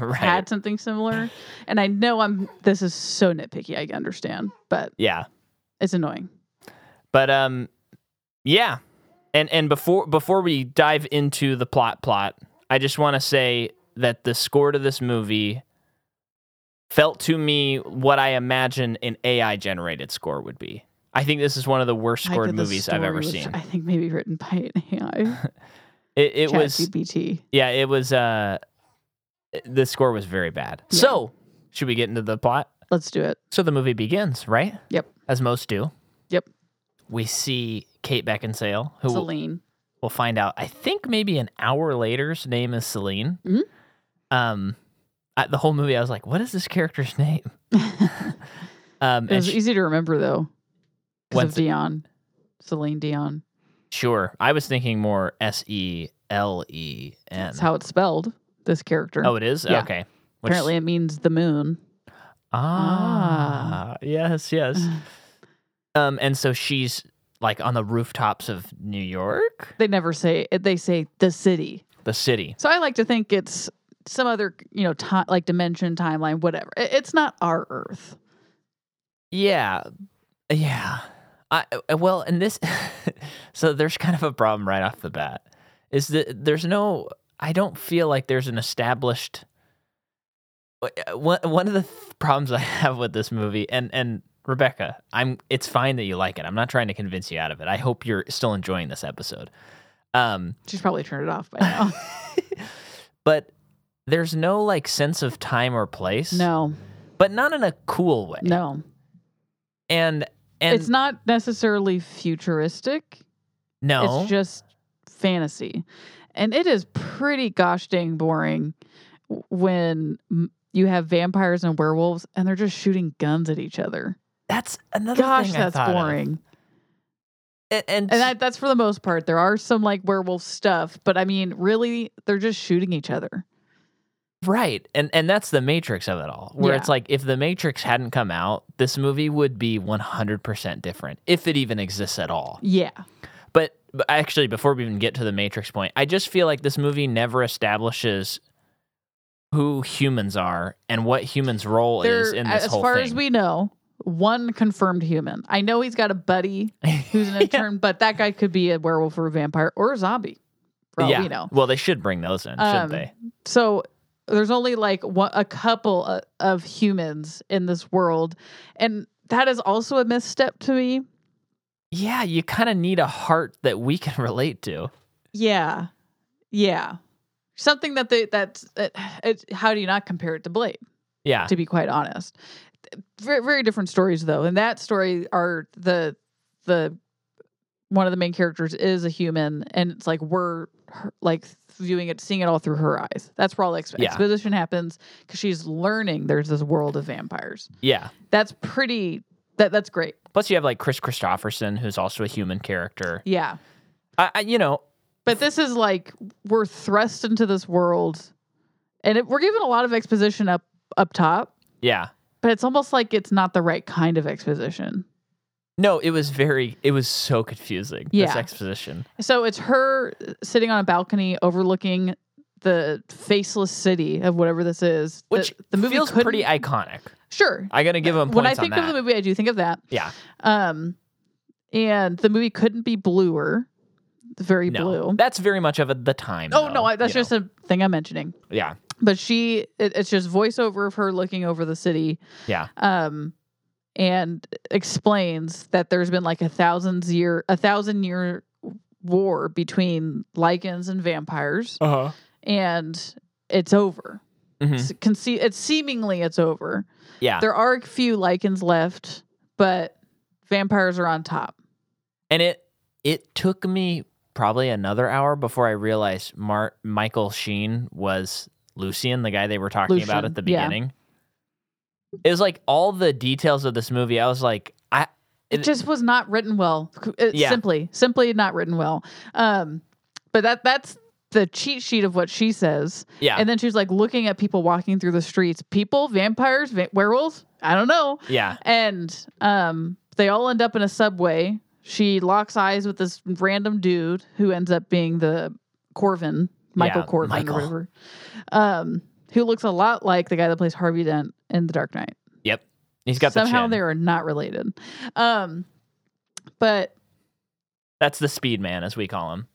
S1: (laughs) Right.
S2: had something similar and i know i'm this is so nitpicky i understand but
S1: yeah.
S2: it's annoying
S1: But um, yeah, and and before before we dive into the plot plot, I just want to say that the score to this movie felt to me what I imagine an AI generated score would be. I think this is one of the worst
S2: I
S1: scored
S2: think the
S1: movies I've
S2: story
S1: ever
S2: was,
S1: seen.
S2: i think maybe written by an ai
S1: It, it was
S2: ChatGPT.
S1: yeah, it was uh, the score was very bad.
S2: Yeah.
S1: So should we get into the plot?
S2: let's do it
S1: So the movie begins, right?
S2: Yep.
S1: As most do.
S2: Yep.
S1: We see Kate Beckinsale, who will-
S2: Celine. (laughs)
S1: we'll find out. I think maybe an hour later's name is Celine.
S2: Mhm.
S1: Um, I, the whole movie, I was like, "What is this character's name?" um, and
S2: It was
S1: she-
S2: easy to remember though, because
S1: What's
S2: of Dion, Celine Dion.
S1: sure, I was thinking more S E L E N.
S2: That's how it's spelled. This character.
S1: Oh, it is?
S2: Yeah.
S1: Okay. Which-
S2: apparently it means the moon.
S1: Ah, yes, yes. Um, and so she's like on the rooftops of New York,
S2: (sighs) They never say it. They say the city.
S1: the city.
S2: So I like to think it's some other, you know, ti like dimension, timeline, whatever. It, it's not our Earth.
S1: Yeah, yeah. I uh, well, and this, (laughs) so there's kind of a problem right off the bat. Is that there's no? I don't feel like there's an established. Uh, One one of the th- problems I (laughs) have with this movie, and and Rebecca, I'm. It's fine that you like it. I'm not trying to convince you out of it. I hope you're still enjoying this episode. Um,
S2: She's probably turned it off by
S1: (laughs)
S2: now.
S1: but there's no like sense of time or place.
S2: no,
S1: but not in a cool way.
S2: no,
S1: and and
S2: it's not necessarily futuristic.
S1: no,
S2: It's just fantasy, and it is pretty gosh dang boring w- when m- you have vampires and werewolves and they're just shooting guns at each other.
S1: that's another
S2: Gosh,
S1: thing I
S2: that's
S1: thought of.
S2: boring.
S1: A- And,
S2: And that, that's for the most part. There are some like werewolf stuff, but I mean, really, they're just shooting each other.
S1: right, and and that's the Matrix of it all, where
S2: Yeah.
S1: it's like if the Matrix hadn't come out, this movie would be one hundred percent different, if it even exists at all.
S2: Yeah.
S1: But, but actually, before we even get to the Matrix point, I just feel like this movie never establishes who humans are and what humans' role is
S2: There-
S1: in this
S2: as
S1: whole
S2: far
S1: thing.
S2: as we know, one confirmed human. I know he's got a buddy
S1: (laughs)
S2: who's an intern, but that guy could be a werewolf or a vampire or a zombie, for all
S1: yeah.
S2: we know.
S1: Well, they should bring those in,
S2: Um,
S1: shouldn't they?
S2: So there's only like one, a couple of, of humans in this world, and that is also a misstep to me.
S1: Yeah, you kind of need a heart that we can (laughs) relate to.
S2: Yeah, yeah, something that they that's it, it, how do you not compare it to Blade?
S1: Yeah.
S2: to be quite honest. Very, very different stories though. In that story, are the the one of the main characters is a human, and it's like we're her, like viewing it, seeing it all through her eyes. That's where all the ex-
S1: Yeah.
S2: exposition happens because she's learning. There's this world of vampires.
S1: Yeah.
S2: That's pretty. That that's great.
S1: Plus, you have like Chris Christopherson, who's also a human character.
S2: Yeah,
S1: I, I you know,
S2: but this is like we're thrust into this world, and it, we're given a lot of exposition up up top.
S1: yeah.
S2: But it's almost like it's not the right kind of exposition.
S1: No, it was very, it was so confusing. This
S2: Yeah.
S1: exposition.
S2: So it's her sitting on a balcony overlooking the faceless city of whatever this is. The-
S1: Which
S2: the, movie
S1: feels
S2: couldn't-
S1: pretty iconic.
S2: sure.
S1: I gotta give him points
S2: When I think
S1: on that.
S2: of the movie, I do think of that.
S1: yeah,
S2: Um, and the movie couldn't be bluer, very
S1: no,
S2: blue.
S1: that's very much of a, the time.
S2: Oh
S1: though,
S2: no, I, that's
S1: you know.
S2: just a thing I'm mentioning.
S1: yeah,
S2: But she, it, it's just voiceover of her looking over the city.
S1: Yeah.
S2: Um, and explains that there's been like a thousand year, a thousand year war between lichens and vampires.
S1: uh huh.
S2: and it's over.
S1: hmm
S2: It's Can see it's seemingly it's over.
S1: Yeah,
S2: There are a few lichens left, but vampires are on top.
S1: and it it took me probably another hour before I realized Mar- Michael Sheen was Lucian, the guy they were talking about
S2: Lucian,
S1: at the
S2: yeah.
S1: beginning. It was like all the details of this movie. I was like, I
S2: It,
S1: It-
S2: just was not written well. It-
S1: Yeah.
S2: Simply, simply not written well. Um, but that that's the cheat sheet of what she says.
S1: yeah,
S2: And then she's like looking at people walking through the streets. People, vampires, va- werewolves. I don't know.
S1: yeah.
S2: And um, they all end up in a subway. She locks eyes with this random dude who ends up being the Corvin, Michael
S1: Yeah,
S2: Corvin
S1: Michael.
S2: or whatever, um, who looks a lot like the guy that plays Harvey Dent in The Dark Knight.
S1: Yep. He's got the
S2: Somehow
S1: chin.
S2: they are not related. Um, but
S1: That's the speed man, as we call him.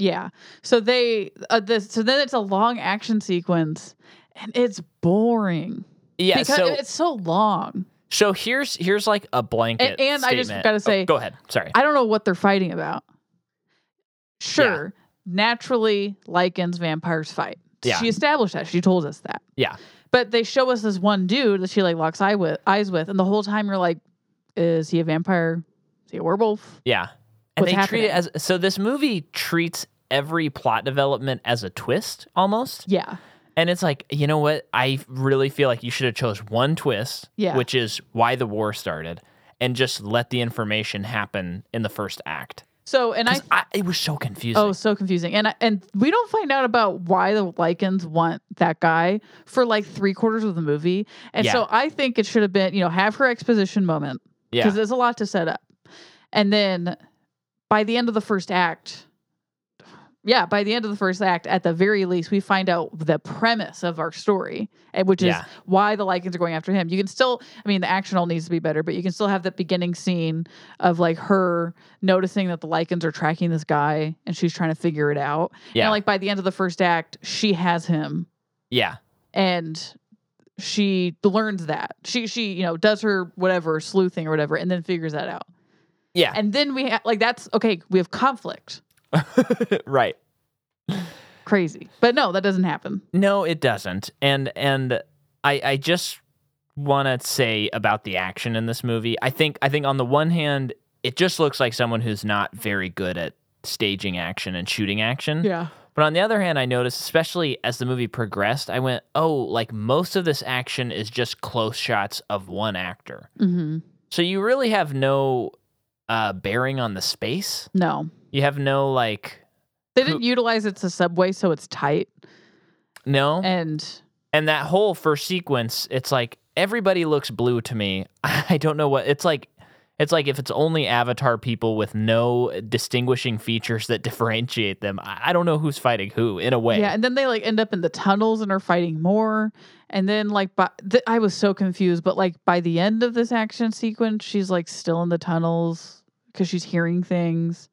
S2: yeah, so they uh, this so then it's a long action sequence, and it's boring
S1: Yeah.
S2: because
S1: so
S2: it's so long.
S1: so here's here's like a blanket.
S2: And- and I just
S1: statement.
S2: gotta
S1: Oh,
S2: say-
S1: go ahead. Sorry.
S2: I don't know what they're fighting about. Sure, naturally, lichens, vampires fight.
S1: Yeah.
S2: She established that. She told us that.
S1: Yeah.
S2: But they show us this one dude that she like locks eye with, eyes with, and the whole time you're like, is he a vampire? Is he a werewolf?
S1: yeah. And
S2: What's
S1: they treat it as so. This movie treats every plot development as a twist almost,
S2: Yeah.
S1: and it's like you know what? I really feel like you should have chose one twist,
S2: Yeah.
S1: which is why the war started, and just let the information happen in the first act.
S2: So and I
S1: 'Cause I, it was so confusing.
S2: Oh, so confusing. And I- and we don't find out about why the Lycans want that guy for like three quarters of the movie. And
S1: Yeah.
S2: so I think it should have been, you know, have her exposition moment
S1: yeah,
S2: because there's a lot to set up. And then by the end of the first act, yeah, by the end of the first act, at the very least, we find out the premise of our story, and which is
S1: Yeah.
S2: why the Lycans are going after him. You can still, I mean, the action all needs to be better, but you can still have that beginning scene of like her noticing that the Lycans are tracking this guy and she's trying to figure it out.
S1: yeah,
S2: And like by the end of the first act, she has him
S1: yeah,
S2: and she learns that she she you know does her whatever sleuthing or whatever and then figures that out
S1: yeah.
S2: and then we ha- like that's okay we have conflict
S1: right.
S2: crazy but no that doesn't happen
S1: No, it doesn't. And and I I just want to say about the action in this movie. I think I think on the one hand, it just looks like someone who's not very good at staging action and shooting action.
S2: yeah
S1: But on the other hand, I noticed, especially as the movie progressed, I went, "Oh, like most of this action is just close shots of one actor."
S2: mm-hmm.
S1: So you really have no uh, bearing on the space.
S2: no
S1: You have no like
S2: they didn't utilize it's a subway so it's tight
S1: no.
S2: and
S1: And that whole first sequence, it's like everybody looks blue to me. (laughs) I don't know what it's like. It's like if it's only Avatar people with no distinguishing features that (laughs) differentiate them. I I don't know who's fighting who in a way.
S2: yeah and then they like end up in the tunnels and are fighting more and then like by th- i was so confused but like by the end of this action sequence she's like still in the tunnels because she's hearing things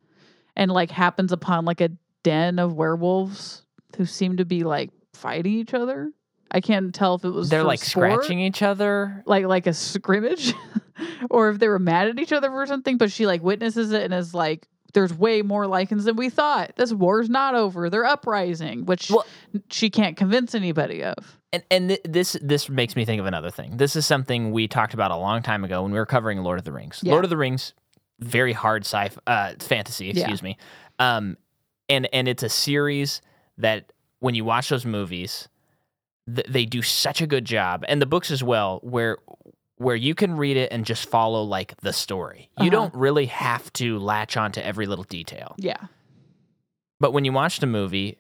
S2: and like happens upon like a den of werewolves who seem to be like fighting each other i can't tell if it was
S1: They're
S2: for
S1: like
S2: sport,
S1: scratching each other.
S2: like like a scrimmage (laughs) or if they were mad at each other for something but she like witnesses it and is like there's way more lichens than we thought this war's not over they're uprising which
S1: Well-
S2: she can't convince anybody of
S1: And and th- this this makes me think of another thing. This is something we talked about a long time ago when we were covering Lord of the Rings.
S2: Yeah.
S1: Lord of the Rings, very hard sci uh, fantasy, excuse me. Um, and and it's a series that when you watch those movies, th- they do such a good job, and the books as well, where where you can read it and just follow like the story. You
S2: Uh-huh.
S1: don't really have to latch on to every little detail.
S2: yeah
S1: But when you watch the movie,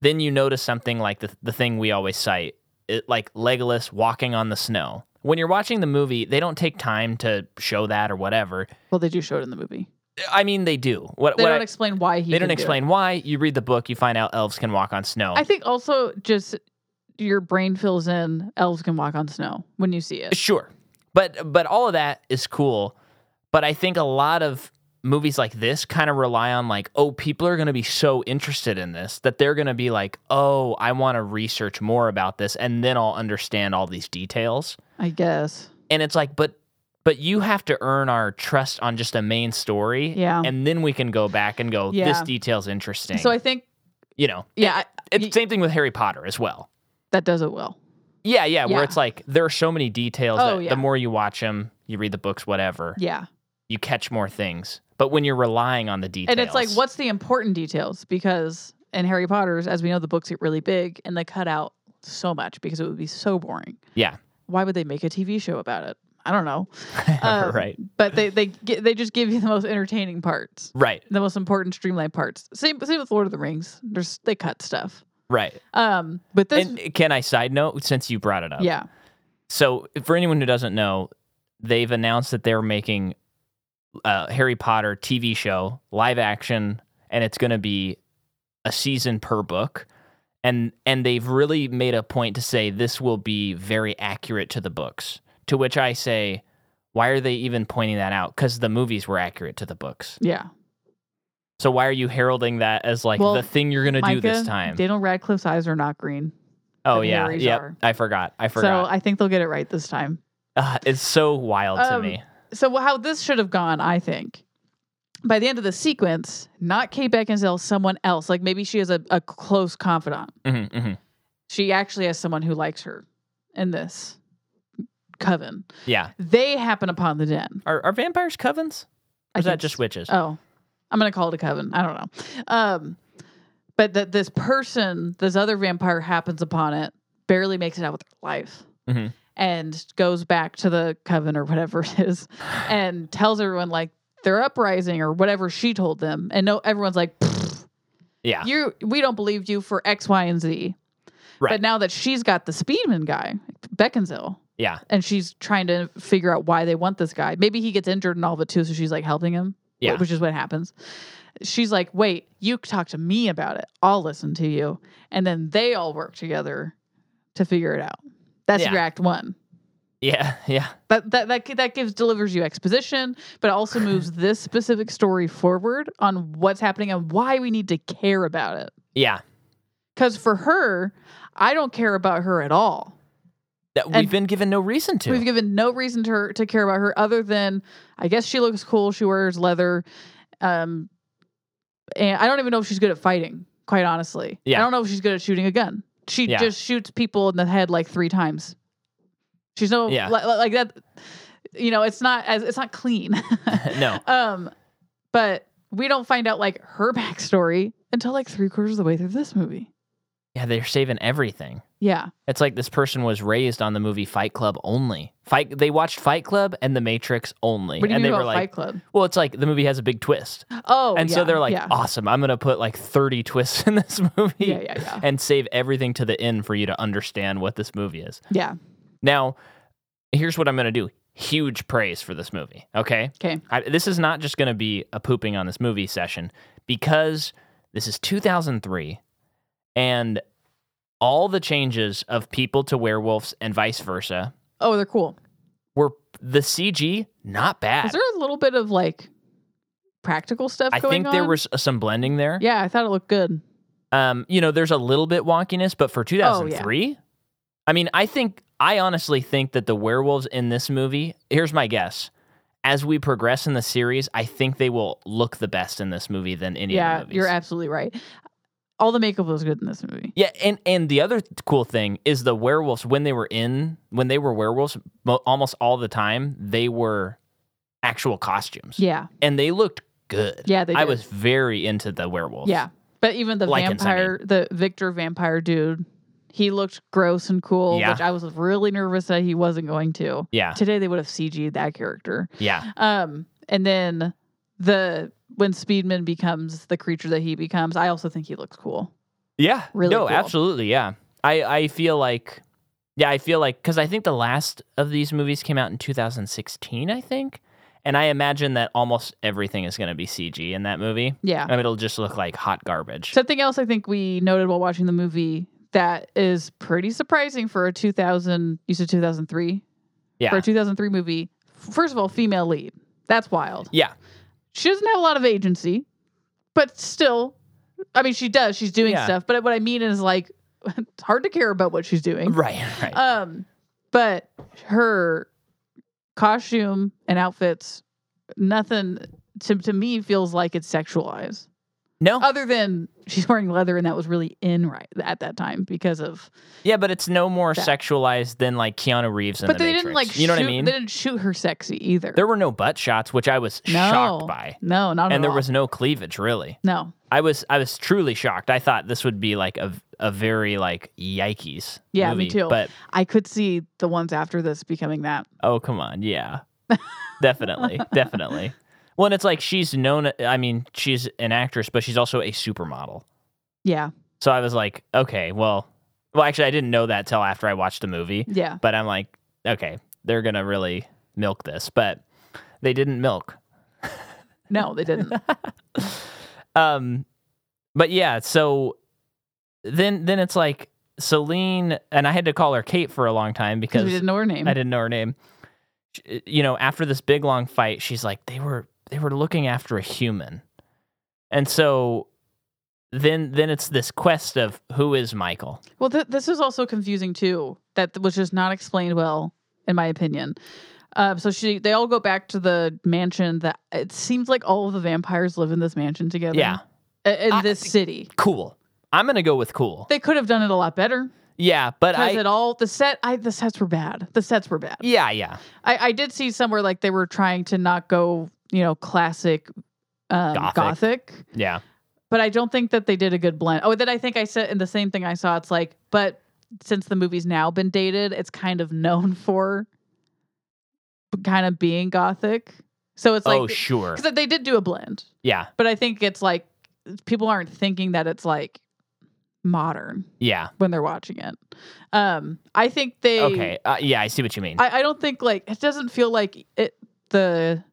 S1: then you notice something like the the thing we always cite, it, like Legolas walking on the snow. When you're watching the movie, they don't take time to show that or whatever.
S2: well they do show it in the movie
S1: I mean, they do. What,
S2: they
S1: what
S2: don't
S1: I-
S2: explain why he
S1: they don't
S2: can do it.
S1: explain why. You read the book, you find out elves can walk on snow.
S2: i think also just your brain fills in elves can walk on snow when you see it
S1: sure, but but all of that is cool. But I think a lot of movies like this kind of rely on like, oh, people are going to be so interested in this that they're going to be like, oh, I want to research more about this, and then I'll understand all these details.
S2: i guess
S1: and it's like but but you have to earn our trust on just a main story
S2: Yeah.
S1: and then we can go back and go this
S2: Yeah.
S1: detail's interesting
S2: so i think
S1: you know
S2: yeah I,
S1: it's
S2: y-
S1: the same thing with harry potter as well
S2: that does it well
S1: yeah yeah where
S2: Yeah.
S1: it's like there are so many details
S2: Oh,
S1: that
S2: yeah.
S1: the more you watch them you read the books whatever
S2: yeah
S1: you catch more things but when you're relying on the details
S2: And it's like, what's the important details? Because in Harry Potter's, as we know, the books get really big and they cut out so much because it would be so boring.
S1: Yeah.
S2: Why would they make a TV show about it? I don't know. um,
S1: (laughs) right
S2: But they they gi- they just give you the most entertaining parts,
S1: right
S2: the most important streamlined parts. Same same with Lord of the Rings. There's they cut stuff.
S1: right
S2: Um, but this
S1: and uh, can i side note since you brought it up
S2: yeah
S1: So, for anyone who doesn't know, they've announced that they're making a Harry Potter TV show, live action, and it's going to be a season per book. And and they've really made a point to say this will be very accurate to the books. To which I say, why are they even pointing that out? Because the movies were accurate to the books.
S2: yeah.
S1: So why are you heralding that as like
S2: Well,
S1: the thing you're going to do this
S2: Micah,
S1: time?
S2: Daniel Radcliffe's eyes are not green,
S1: oh
S2: but
S1: yeah,
S2: Harry's
S1: yeah.
S2: are.
S1: I forgot. I
S2: so
S1: forgot.
S2: I think they'll get it right this time.
S1: Ugh, it's so wild to
S2: Um,
S1: me.
S2: so how this should have gone, I think. By the end of the sequence, not Kate Beckinsale, someone else. Like maybe she has a, a close confidant.
S1: Mhm, mhm.
S2: She actually has someone who likes her in this coven.
S1: Yeah.
S2: They happen upon the den.
S1: Are, are vampires covens? Or
S2: I
S1: is that
S2: think
S1: just
S2: s-
S1: witches?
S2: Oh, I'm gonna call it a coven. I don't know. Um, but that this person, this other vampire, happens upon it, barely makes it out with their life,
S1: Mhm. (sighs)
S2: and goes back to the coven or whatever it is, and tells everyone like their uprising or whatever she told them, and no, everyone's like, "Pfft,
S1: Yeah.
S2: you, we don't believe you for X, Y, and Z.
S1: Right.
S2: But now that she's got the Speedman guy, Beckinsale,
S1: Yeah.
S2: and she's trying to figure out why they want this guy. Maybe he gets injured and all of it too, so she's like helping him.
S1: Yeah.
S2: Which is what happens. She's like, wait, you talk to me about it. I'll listen to you. And then they all work together to figure it out. That's
S1: Yeah.
S2: your act one.
S1: Yeah. (laughs) Yeah.
S2: That, that that that gives delivers you exposition, but it also
S1: (laughs)
S2: moves this specific story forward on what's happening and why we need to care about it.
S1: Yeah.
S2: Because for her, I don't care about her at all.
S1: That
S2: And-
S1: we've been given no reason to.
S2: We've given no reason to her, to care about her other than I guess she looks cool. She wears leather. Um, and I don't even know if she's good at fighting. Quite honestly,
S1: Yeah.
S2: I don't know if she's good at shooting a gun. She
S1: Yeah.
S2: just shoots people in the head like three times. She's no
S1: Yeah.
S2: li- li- like that. You know, it's not as it's not clean.
S1: (laughs)
S2: (laughs)
S1: no.
S2: um, but we don't find out like her (laughs) backstory until like three quarters of the way through this movie.
S1: Yeah, they're saving everything.
S2: Yeah,
S1: It's like this person was raised on the movie Fight Club only. Fight they watched Fight Club and The Matrix only.
S2: what do you
S1: and
S2: mean
S1: they
S2: about
S1: were like,
S2: Fight Club?
S1: well, it's like the movie has a big twist.
S2: Oh,
S1: and so
S2: yeah,
S1: they're like,
S2: yeah.
S1: awesome, I'm going to put like 30 twists (laughs) in this movie
S2: Yeah, yeah, yeah.
S1: and save everything to the end for you to understand what this movie is.
S2: yeah,
S1: Now, here's what I'm going to do. Huge praise for this movie, okay?
S2: okay,
S1: I, this is not just going to be a pooping on this movie session because this is 2003 and all the changes of people to werewolves and vice versa
S2: oh, they're cool.
S1: were the CG not bad.
S2: Is there a little bit of like practical stuff
S1: I
S2: going
S1: think there
S2: on?
S1: was some blending there.
S2: Yeah, I thought it looked good.
S1: Um, you know, there's a little bit wonkiness, but
S2: Oh,
S1: for 2003, I mean, I think I honestly think that the werewolves in this movie, here's my guess. As we progress in the series, I think they will look the best in this movie than any
S2: yeah,
S1: of the movies.
S2: you're absolutely right. All the makeup was good in this movie.
S1: Yeah, and and the other th- cool thing is the werewolves when they were in when they were werewolves mo- almost all the time they were actual costumes.
S2: Yeah,
S1: and they looked good.
S2: Yeah, they
S1: I
S2: did.
S1: was very into the werewolves.
S2: yeah. But even the
S1: Lycans, I mean.
S2: vampire, the Victor vampire dude, he looked gross and cool,
S1: Yeah.
S2: which I was really nervous that he wasn't going to.
S1: yeah,
S2: Today they would have CG'd that character.
S1: yeah,
S2: Um, and then the when Speedman becomes the creature that he becomes, I also think he looks cool.
S1: yeah.
S2: Really
S1: no,
S2: cool.
S1: absolutely. Yeah, I I feel like yeah I feel like because I think the last of these movies came out in 2016 I think, and I imagine that almost everything is going to be CG in that movie.
S2: Yeah.
S1: I mean, it'll just look like hot garbage.
S2: Something else I think we noted while watching the movie that is pretty surprising for a 2000, you said 2003? For
S1: Yeah,
S2: a 2003 movie. First of all, female lead. That's wild.
S1: yeah,
S2: She doesn't have a lot of agency, but still, I mean, she does. She's doing
S1: Yeah.
S2: stuff. But what I mean is, like, (laughs) it's hard to care about what she's doing.
S1: right, (laughs) right.
S2: Um, but her costume and outfits, nothing to, to me feels like it's sexualized
S1: no,
S2: (laughs) other than she's wearing leather and that was really in right at that time because of
S1: Yeah, but it's no more
S2: That-
S1: sexualized than like Keanu Reeves in
S2: but
S1: the
S2: they
S1: Matrix.
S2: didn't like
S1: you know
S2: shoot,
S1: what I mean?
S2: they didn't shoot her sexy either
S1: There were no butt shots, which I was
S2: no
S1: shocked by,
S2: no not at
S1: and there
S2: all.
S1: was no cleavage really.
S2: no
S1: I was I was truly shocked. I thought this would be like a a very like yikes.
S2: Yeah, me
S1: movie,
S2: too.
S1: But
S2: i could see the ones after this becoming that
S1: oh come on,
S2: (laughs)
S1: yeah, definitely, definitely. Well, and it's like she's known. I mean, she's an actress, but she's also a supermodel.
S2: yeah
S1: So I was like, okay, well, well, actually, I didn't know that till after I watched the movie.
S2: yeah
S1: but I'm like, okay, they're gonna really milk this, but they didn't milk.
S2: no they
S1: (laughs)
S2: didn't
S1: Um, but yeah, so then then it's like Celine, and I had to call her Kate for a long time
S2: because
S1: because
S2: we didn't know her name
S1: I didn't know her name. Sh- uh, You know, after this big long fight, she's like, they were they were looking after a human, and so then then it's this quest of who is Michael.
S2: well th- this is also confusing too that was just not explained well in my opinion um, so she they all go back to the mansion that it seems like all of the vampires live in this mansion together
S1: Yeah,
S2: i- in
S1: I-
S2: this city
S1: cool. I'm gonna go with cool.
S2: they could have done it a lot better
S1: Yeah, but
S2: Because
S1: I.
S2: it all the set, I the sets were bad. The sets were bad.
S1: Yeah, yeah.
S2: I, I did see somewhere like they were trying to not go, you know, classic um,
S1: Gothic.
S2: gothic.
S1: Yeah.
S2: but I don't think that they did a good blend. Oh, then I think I said in the same thing I saw. It's like, but since the movie's now been (laughs) dated, it's kind of known for kind of being gothic. So it's like
S1: oh, sure.
S2: because they did do a blend,
S1: Yeah.
S2: but I think it's like people aren't thinking that it's like modern
S1: Yeah.
S2: when they're watching it. Um, I think they
S1: Okay. Uh, yeah, I see what you mean.
S2: I, I don't think like it doesn't feel like it the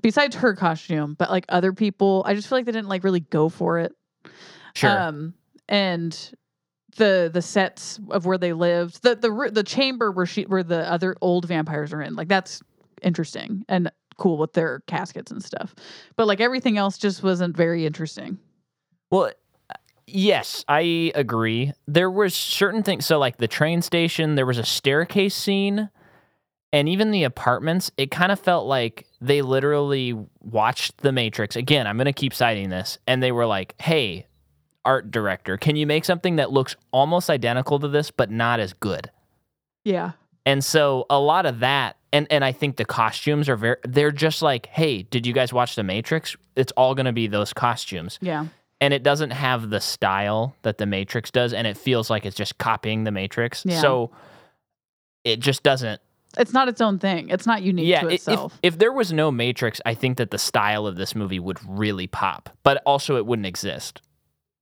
S2: besides her costume, but like other people, I just feel like they didn't like really go for it.
S1: sure.
S2: Um, and the the sets of where they lived, the the ru- the chamber where she where the other old vampires are in, like that's interesting and cool with their caskets and stuff. But like everything else just wasn't very interesting.
S1: Well, uh, yes, I agree. There was certain things. So, like the train station, there was a staircase scene, and even the apartments. It kind of felt like they literally watched The Matrix again. I'm going to keep citing this, and they were like, "Hey, art director, can you make something that looks almost identical to this, but not as good?"
S2: Yeah.
S1: And so a lot of that and and I think the costumes are very they're just like, "Hey, did you guys watch The Matrix? It's all going to be those costumes."
S2: Yeah.
S1: and it doesn't have the style that the Matrix does, and it feels like it's just copying the Matrix.
S2: Yeah.
S1: So it just doesn't.
S2: It's not its own thing. It's not unique
S1: yeah,
S2: to
S1: i- if,
S2: itself.
S1: if there was no Matrix, I think that the style of this movie would really pop, but also it wouldn't exist.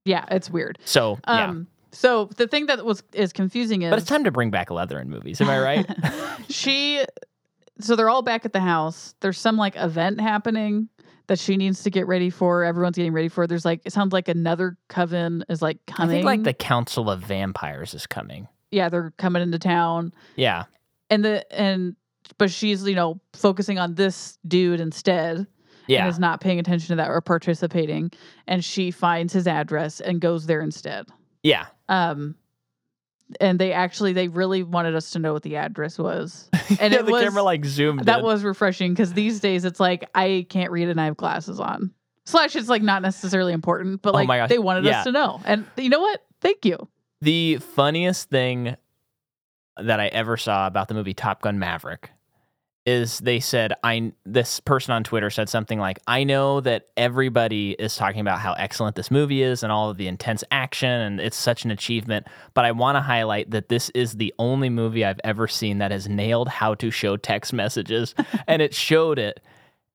S2: yeah, it's weird.
S1: So yeah,
S2: Um so the thing that was is confusing is
S1: but it's time to bring back leather in movies. Am I
S2: (laughs)
S1: right?
S2: she so they're all back at the house there's some like event happening that she needs to get ready for everyone's getting ready for there's like it sounds like another coven is like
S1: I
S2: coming
S1: think like the Council of Vampires is coming.
S2: yeah they're coming into town
S1: Yeah,
S2: and the and but she's you know focusing on this dude instead and
S1: yeah,
S2: is not paying attention to that or participating and she finds his address and goes there instead
S1: yeah.
S2: um and they actually they really wanted us to know what the address
S1: (laughs)
S2: was and
S1: yeah,
S2: it
S1: the
S2: was
S1: camera like zoomed.
S2: that
S1: in.
S2: was refreshing because these days it's like I can't read and I have glasses on. Slash, it's like not necessarily important, but
S1: Oh
S2: like
S1: my gosh,
S2: they wanted
S1: yeah.
S2: us to know. And you know what? Thank you.
S1: The funniest thing that I ever saw about the movie Top Gun Maverick is they said I this person on Twitter said something like I know that everybody is talking about how excellent this movie is and all of the intense action and it's such an achievement but I want to highlight that this is the only movie I've ever seen that has nailed how to show text messages and it showed it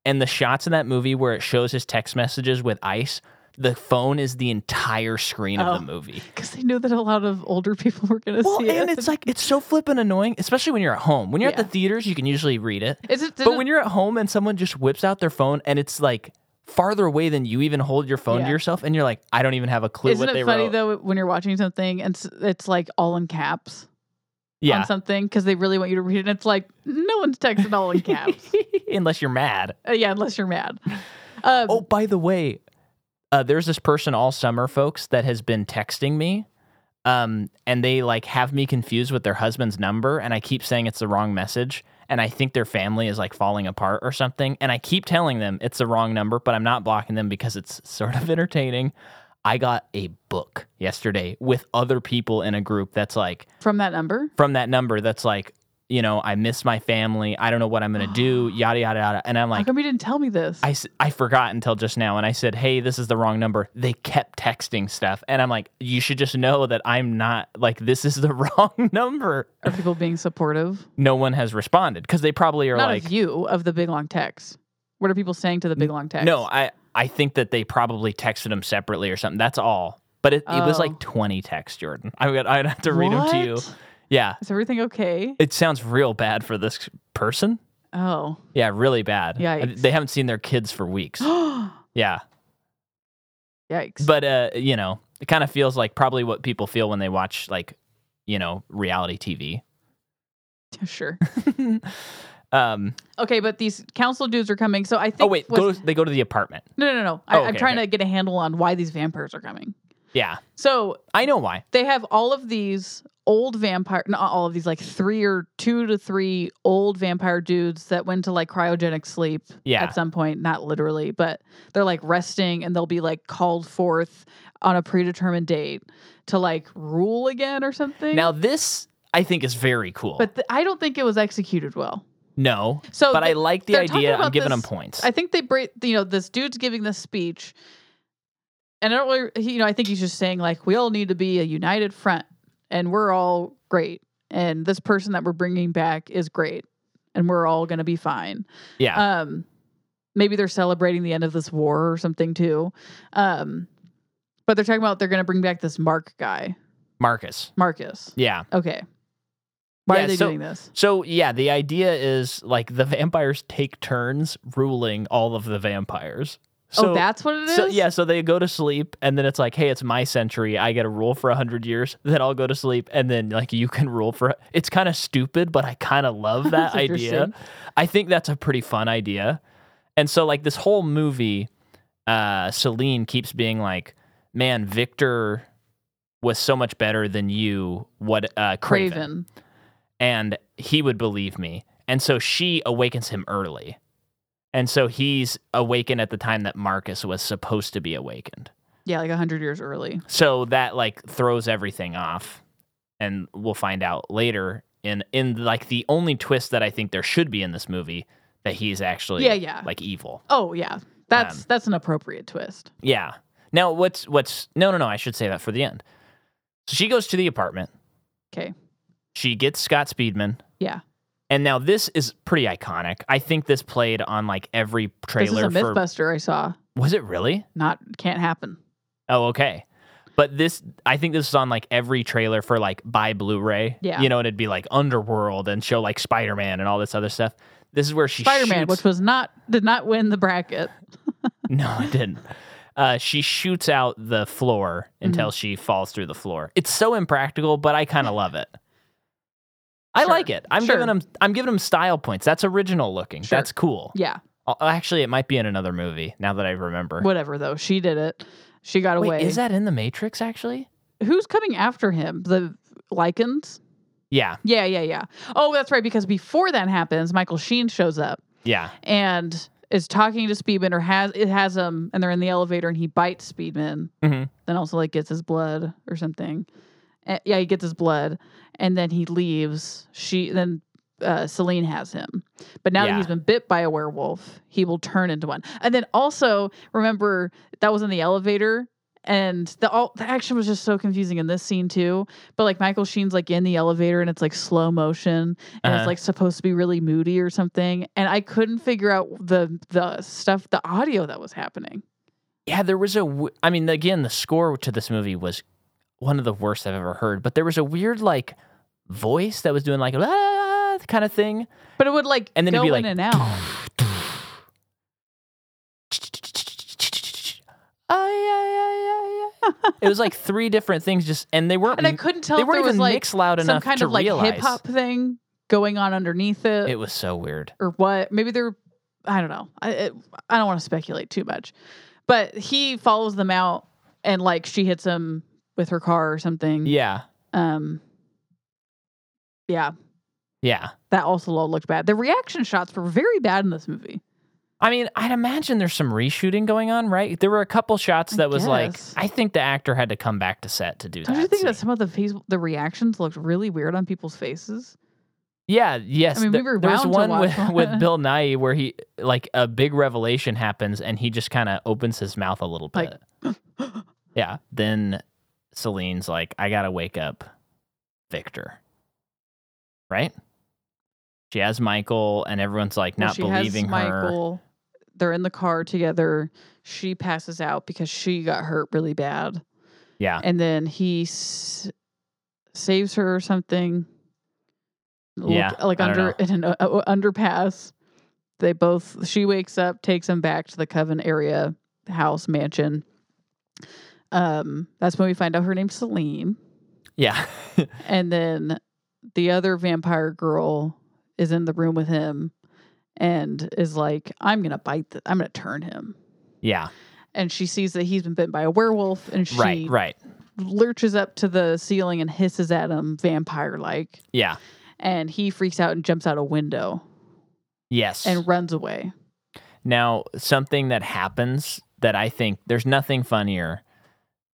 S1: and the shots in that movie where it shows his text messages with ice the phone is the entire screen of
S2: Oh.
S1: the movie
S2: Because they knew that a lot of older people (laughs) were going to
S1: well,
S2: see it.
S1: and it's like it's so flippin' annoying, especially when you're at home. When you're
S2: Yeah.
S1: at the theaters, you can usually read it,
S2: Is it,
S1: but when you're at home and someone just whips out their phone and it's like farther away than you even hold your phone
S2: Yeah.
S1: to yourself, and you're like, I don't even have a clue
S2: isn't
S1: what they
S2: it funny
S1: wrote.
S2: though when you're watching something and s- it's like all in caps
S1: yeah,
S2: on something because they really want you to read it? And it's like no one's
S1: (laughs)
S2: texting all in caps.
S1: unless you're mad.
S2: Uh, yeah, unless you're mad. Um,
S1: Oh, by the way, uh, there's this person all summer, folks, that has been texting me. Um, and they like have me confused with their husband's number, and I keep saying it's the wrong message, and I think their family is like falling apart or something, and I keep telling them it's the wrong number, but I'm not blocking them because it's sort of (laughs) entertaining. I got a book yesterday with other people in a group that's like
S2: From that number?
S1: from that number that's like, you know, I miss my family, I don't know what I'm gonna do, yada yada yada, and I'm
S2: How
S1: like,
S2: come you didn't tell me this?
S1: I, s- I forgot until just now and I said, hey, this is the wrong number. They kept texting stuff. And I'm like, you should just know that I'm not like, this is the (laughs) wrong number.
S2: Are people being supportive?
S1: No one has responded because they probably are
S2: Not
S1: like,
S2: of you, of the big long text. What are people saying to the big long text?
S1: no, I, I think that they probably texted them separately or something. That's all. But it, it was
S2: Oh.
S1: like 20 texts, Jordan. I would, I'd have to read them to you.
S2: What?
S1: Yeah.
S2: Is everything okay?
S1: It sounds real bad for this person.
S2: Oh. (gasps)
S1: Yeah, really bad.
S2: Yikes.
S1: They haven't seen their kids for weeks.
S2: (gasps)
S1: yeah.
S2: Yikes.
S1: but uh you know it kind of feels like probably what people feel when they watch like you know reality
S2: sure. (laughs)
S1: tv um
S2: Okay, but these council dudes are coming. So I think
S1: oh wait
S2: what's-
S1: go, they go to the apartment
S2: No, no, no, no. I,
S1: Oh,
S2: I'm
S1: okay,
S2: trying
S1: okay.
S2: to get a handle on why these vampires are coming.
S1: yeah
S2: So
S1: i know why
S2: they have all of these old vampire not all of these like three or two to three old vampire dudes that went to like cryogenic sleep
S1: Yeah.
S2: at some point not literally but they're like resting and they'll be like called forth on a predetermined date to like rule again or something
S1: now this i think is very cool
S2: but th- i don't think it was executed well
S1: no
S2: so
S1: but i
S2: th-
S1: like the
S2: they're talking
S1: idea i'm
S2: about
S1: giving them
S2: this-
S1: points
S2: I think they break. You know, this dude's giving this speech, and I don't really. he- You know, I think he's just saying like we all need to be a united front, and we're all great, and this person that we're bringing back is great, and we're all gonna be fine.
S1: yeah
S2: Um, maybe they're celebrating the end of this war or something too. Um, but they're talking about they're going to bring back this Mark guy,
S1: Marcus.
S2: Marcus.
S1: Yeah.
S2: Okay. Why
S1: Yeah,
S2: are they
S1: so-
S2: doing this?
S1: So yeah, the idea is like the vampires take turns ruling all of the vampires. So
S2: oh, that's what it is.
S1: So yeah, so they go to sleep, and then it's like, hey, it's my century. I get to rule for hundred years. (laughs) Then I'll go to sleep, and then like you can rule for. It's kind of stupid, but I kind of
S2: (laughs)
S1: love that
S2: That's
S1: idea.
S2: interesting.
S1: I think that's a pretty fun idea. And so like this whole movie, uh, Celine keeps being like, man, Victor was so much better than you. What uh, Craven
S2: Craven.
S1: and he would believe me. And so she awakens him early. And so he's awakened at the time that Marcus was supposed to be awakened.
S2: Yeah, like hundred years early.
S1: So that like throws everything off. And we'll find out later in in like the only twist that I think there should be in this movie that he's actually
S2: Yeah, yeah.
S1: like evil.
S2: Oh yeah, that's
S1: Um,
S2: that's an appropriate twist.
S1: Yeah. Now what's what's no no no, I should say that for the end. So she goes to the apartment.
S2: Okay.
S1: She gets Scott Speedman.
S2: Yeah.
S1: And now this is pretty iconic. I think this played on like every
S2: This is
S1: trailer
S2: a
S1: for
S2: MythBuster I saw.
S1: Was it really?
S2: Not can't happen.
S1: Oh, okay. But this I think this is on like every trailer for like buy Blu-ray.
S2: Yeah.
S1: You know, and it'd be like Underworld and show like Spider-Man and all this other stuff. This is where she
S2: Spider Man,
S1: shoots-
S2: which was not did not win the bracket.
S1: No, it didn't. Uh, she shoots out the floor until
S2: Mm-hmm.
S1: she falls through the floor. It's so impractical, but I kind of love it. I
S2: Sure.
S1: like it. I'm
S2: Sure.
S1: giving him. I'm giving him style points. That's original looking.
S2: Sure.
S1: That's cool.
S2: Yeah,
S1: Oh, Actually, it might be in another movie. Now that I remember.
S2: whatever though. She did it. She got
S1: Wait,
S2: away.
S1: is that in the Matrix? Actually,
S2: Who's coming after him? The Lycans?
S1: yeah,
S2: Yeah, yeah, yeah. Oh, that's right. Because before that happens, Michael Sheen shows up
S1: yeah,
S2: and is talking to Speedman, or has it has him, and they're in the elevator, and he bites Speedman.
S1: Mhm.
S2: Then also like gets his blood or something. Eh, yeah, he gets his blood, and then he leaves. She then uh, Celine has him, but now
S1: Yeah.
S2: that he's been bit by a werewolf, he will turn into one. And then also remember that was in the elevator. And the all the action was just so confusing in this scene too. But like Michael Sheen's like in the elevator and it's like slow motion and
S1: Uh-huh.
S2: it's like supposed to be really moody or something. And I couldn't figure out the the stuff, the audio that was happening.
S1: yeah. There was a. W- I mean, again, the score to this movie was one of the worst I've ever heard. But there was a weird like voice that was doing like ah, kind of thing.
S2: But it would like
S1: And then it'd
S2: go
S1: be
S2: in
S1: like, (clears throat)
S2: and out.
S1: Ay, ay, ay, ay, ay. it was like three different things, just and they weren't
S2: And I couldn't tell
S1: they
S2: if there
S1: weren't
S2: was
S1: even
S2: like
S1: mixed loud
S2: some
S1: enough
S2: kind
S1: to
S2: of like uh,
S1: realize.
S2: hip hop thing going on underneath it,
S1: It was so weird.
S2: or what. Maybe they're I don't know. I it, I don't want to speculate too much. But he follows them out and like she hits him with her car or something.
S1: Yeah,
S2: Um yeah,
S1: yeah.
S2: that also all looked bad. The reaction shots were very bad in this movie.
S1: I mean, I'd imagine there's some reshooting going on, right? There were a couple shots
S2: I
S1: that was like,
S2: guess.
S1: I think the actor had to come back to set to do
S2: Don't
S1: that.
S2: you think that
S1: scene.
S2: some of the face, the reactions looked really weird on people's faces?
S1: Yeah, yes.
S2: I mean, we
S1: there-
S2: were
S1: there was
S2: bound to
S1: one
S2: watch
S1: with,
S2: one.
S1: with
S2: (laughs)
S1: Bill Nye where he like a big revelation happens and he just kind of opens his mouth a little bit.
S2: Like-
S1: yeah. Then Celine's like, I gotta wake up Victor. Right? She has Michael and everyone's like
S2: Well,
S1: not
S2: she
S1: believing
S2: has
S1: her.
S2: Michael. They're in the car together. She passes out because she got hurt really bad,
S1: Yeah.
S2: and then he s- saves her or something. Like-
S1: Yeah,
S2: like
S1: I don't
S2: under in an uh, uh, underpass. They both. She wakes up, takes him back to the Coven area house mansion. Um, that's when we find out her name's Celine.
S1: Yeah. (laughs)
S2: And then the other vampire girl is in the room with him and is like, I'm going to bite, th- I'm going to turn him.
S1: yeah.
S2: And she sees that he's been bitten by a werewolf and she
S1: Right, right.
S2: lurches up to the ceiling and hisses at him, vampire like.
S1: Yeah.
S2: And he freaks out and jumps out a window
S1: Yes.
S2: and runs away.
S1: Now, something that happens that I think there's nothing funnier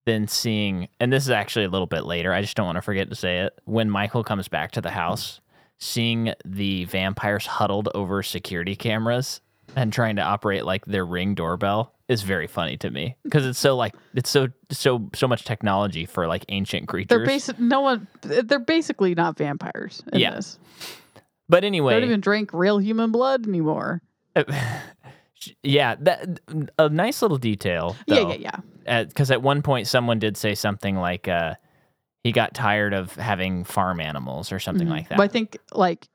S1: than seeing, and this is actually a little bit later. I just don't want to forget to say it. When Michael comes back to the house, seeing the vampires huddled over security cameras and trying to operate like their ring doorbell is very funny to me because it's so like it's so so so much technology for like ancient creatures.
S2: They're basic. No one. They're basically not vampires in
S1: Yeah.
S2: this.
S1: but
S2: They
S1: anyway,
S2: don't even drink real human blood anymore.
S1: Sh- Yeah, that a nice little detail.
S2: Yeah,
S1: though.
S2: yeah, yeah.
S1: because at one point someone did say something like uh, he got tired of having farm animals or something
S2: Mhm.
S1: like that.
S2: But I think like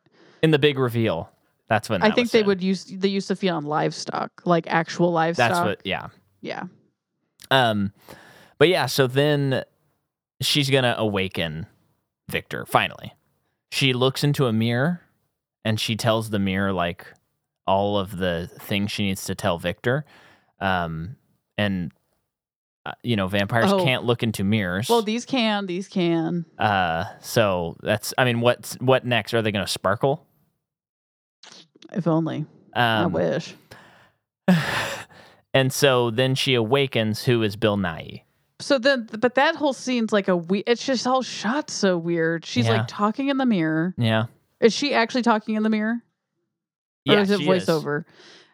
S1: in the big reveal, that's when
S2: I
S1: that
S2: think
S1: was
S2: they
S1: said.
S2: would use they used to feed on livestock, like actual livestock.
S1: That's what, yeah.
S2: yeah.
S1: Um, but yeah, so then she's gonna awaken Victor finally. She looks into a mirror and she tells the mirror like all of the things she needs to tell Victor. Um, and uh, you know, vampires
S2: Oh.
S1: can't look into mirrors.
S2: Well, these can, these can.
S1: Uh, so that's I mean, what's what next? Are they going to sparkle?
S2: If only. I
S1: Um,
S2: wish.
S1: (laughs) and so then she awakens. Who is Bill Nye?
S2: So then, but that whole scene's like a we. It's just all shot so weird. She's
S1: Yeah.
S2: like talking in the mirror.
S1: Yeah,
S2: Is she actually talking in the mirror? Or
S1: yeah,
S2: is it
S1: she
S2: voiceover?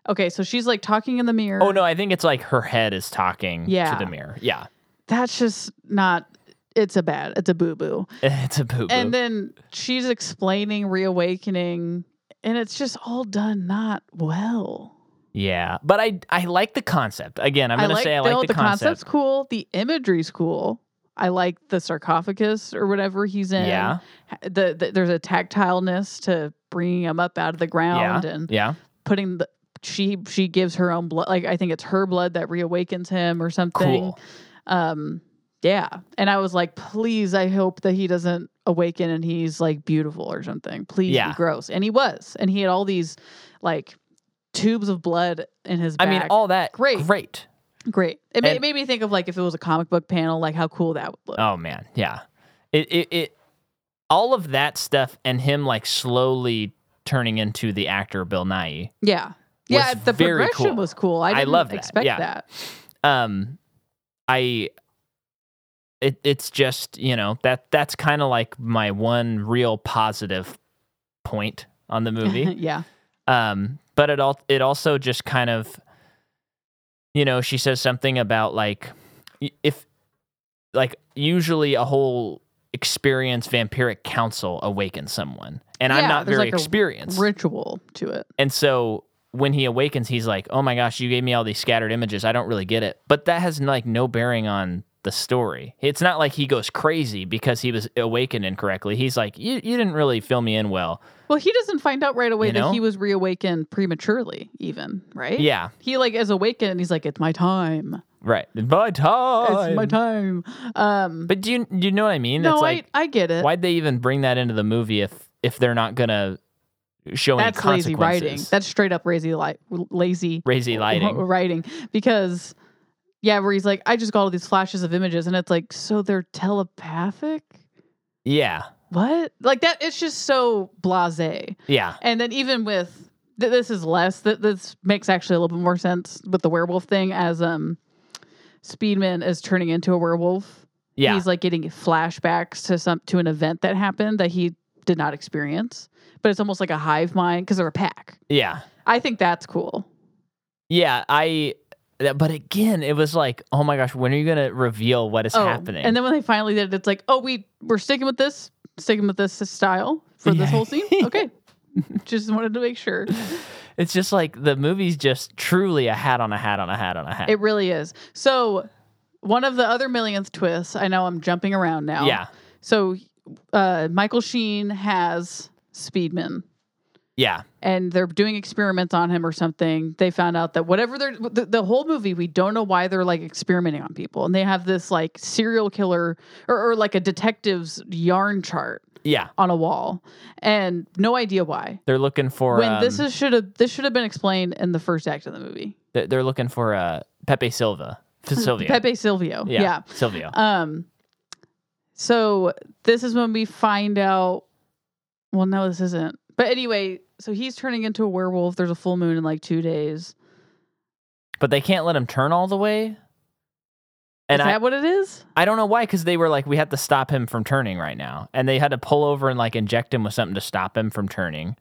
S2: Okay, so she's like talking in the mirror.
S1: Oh no, I think it's like her head is talking
S2: Yeah.
S1: to the mirror. Yeah, (laughs)
S2: that's just not. It's a bad. It's a boo boo.
S1: it's a boo boo.
S2: And then she's explaining reawakening, and it's just all done not well.
S1: yeah, but I I like the concept. Again, I'm gonna say I
S2: Bill,
S1: like the, concept.
S2: concept's cool. The imagery's cool. I like the sarcophagus or whatever he's in.
S1: Yeah,
S2: the, the there's a tactileness to bringing him up out of the ground and
S1: yeah,
S2: putting the she she gives her own blood like I think it's her blood that reawakens him or something.
S1: cool.
S2: Um yeah. And I was like, please, I hope that he doesn't awaken and he's like beautiful or something. Please
S1: Yeah.
S2: be gross. And he was. And he had all these like tubes of blood in his
S1: I
S2: back.
S1: mean, all that
S2: Great.
S1: great.
S2: great. It, ma-
S1: and-
S2: it made me think of like if it was a comic book panel, like how cool that would look.
S1: Oh man, yeah. It it it all of that stuff and him like slowly turning into the actor Bill Nye.
S2: yeah. Yeah,
S1: was
S2: the
S1: very
S2: progression
S1: cool.
S2: was cool. I
S1: I
S2: didn't
S1: love that.
S2: expect
S1: Yeah.
S2: that.
S1: Um I it it's just, you know, that that's kind of like my one real positive point on the
S2: (laughs)
S1: movie.
S2: yeah.
S1: um but it all it also just kind of you know, she says something about like y- if like usually a whole experienced vampiric council awakens someone and i'm
S2: Yeah,
S1: not
S2: there's
S1: very
S2: like a
S1: experienced
S2: ritual to it.
S1: and so when he awakens he's like oh my gosh you gave me all these scattered images i don't really get it but that has like no bearing on the story it's not like he goes crazy because he was awakened incorrectly he's like you, you didn't really fill me in well
S2: Well, he doesn't find out right away
S1: You know?
S2: that he was reawakened prematurely, even, right?
S1: yeah
S2: He like is awakened and he's like, It's my time.
S1: right my time
S2: It's my time. Um
S1: but do you do you know what i mean
S2: No,
S1: it's like
S2: I I get it.
S1: why'd they even bring that into the movie if if they're not gonna show
S2: That's
S1: any
S2: lazy
S1: consequences
S2: writing. That's straight up lazy li- lazy (laughs)
S1: Razy lighting
S2: writing. Because yeah, where he's like, I just got all these flashes of images and it's like, so they're telepathic?
S1: yeah
S2: What? Like that it's just so blase.
S1: yeah
S2: And then even with th- this is less that this makes actually a little bit more sense with the werewolf thing as um Speedman is turning into a werewolf.
S1: yeah
S2: He's like getting flashbacks to some to an event that happened that he did not experience, but it's almost like a hive mind because they're a pack.
S1: yeah
S2: I think that's cool.
S1: Yeah, I. that- But again, it was like, oh my gosh, when are you gonna reveal what is happening?
S2: Oh, And then when they finally did it, it's like, oh, we we're sticking with this, sticking with this style for
S1: Yeah.
S2: this
S1: (laughs)
S2: whole scene. Okay, just wanted to make sure.
S1: it's just like the movie's just truly a hat on a hat on a hat on a hat.
S2: It really is. So, one of the other millionth twists, I know I'm jumping around now.
S1: yeah,
S2: So, uh, Michael Sheen has Speedman
S1: yeah,
S2: and they're doing experiments on him or something. They found out that whatever they're, the, the whole movie, we don't know why they're like experimenting on people. And they have this like serial killer or, or like a detective's yarn chart
S1: yeah.
S2: on a wall and no idea why.
S1: They're looking for
S2: When
S1: um,
S2: this is should have this should have been explained in the first act of the movie.
S1: th- They're looking for uh, Pepe Silva,
S2: (laughs)
S1: F- Silvio.
S2: Pepe Silvio.
S1: yeah,
S2: yeah.
S1: Silvio.
S2: Um, so this is when we find out. Well, no, this isn't. But anyway, so he's turning into a werewolf. There's a full moon in like two days.
S1: but they can't let him turn all the way. And
S2: is
S1: I,
S2: that what it is?
S1: I don't know why, because they were like, we had to stop him from turning right now. And they had to pull over and like inject him with something to stop him from turning.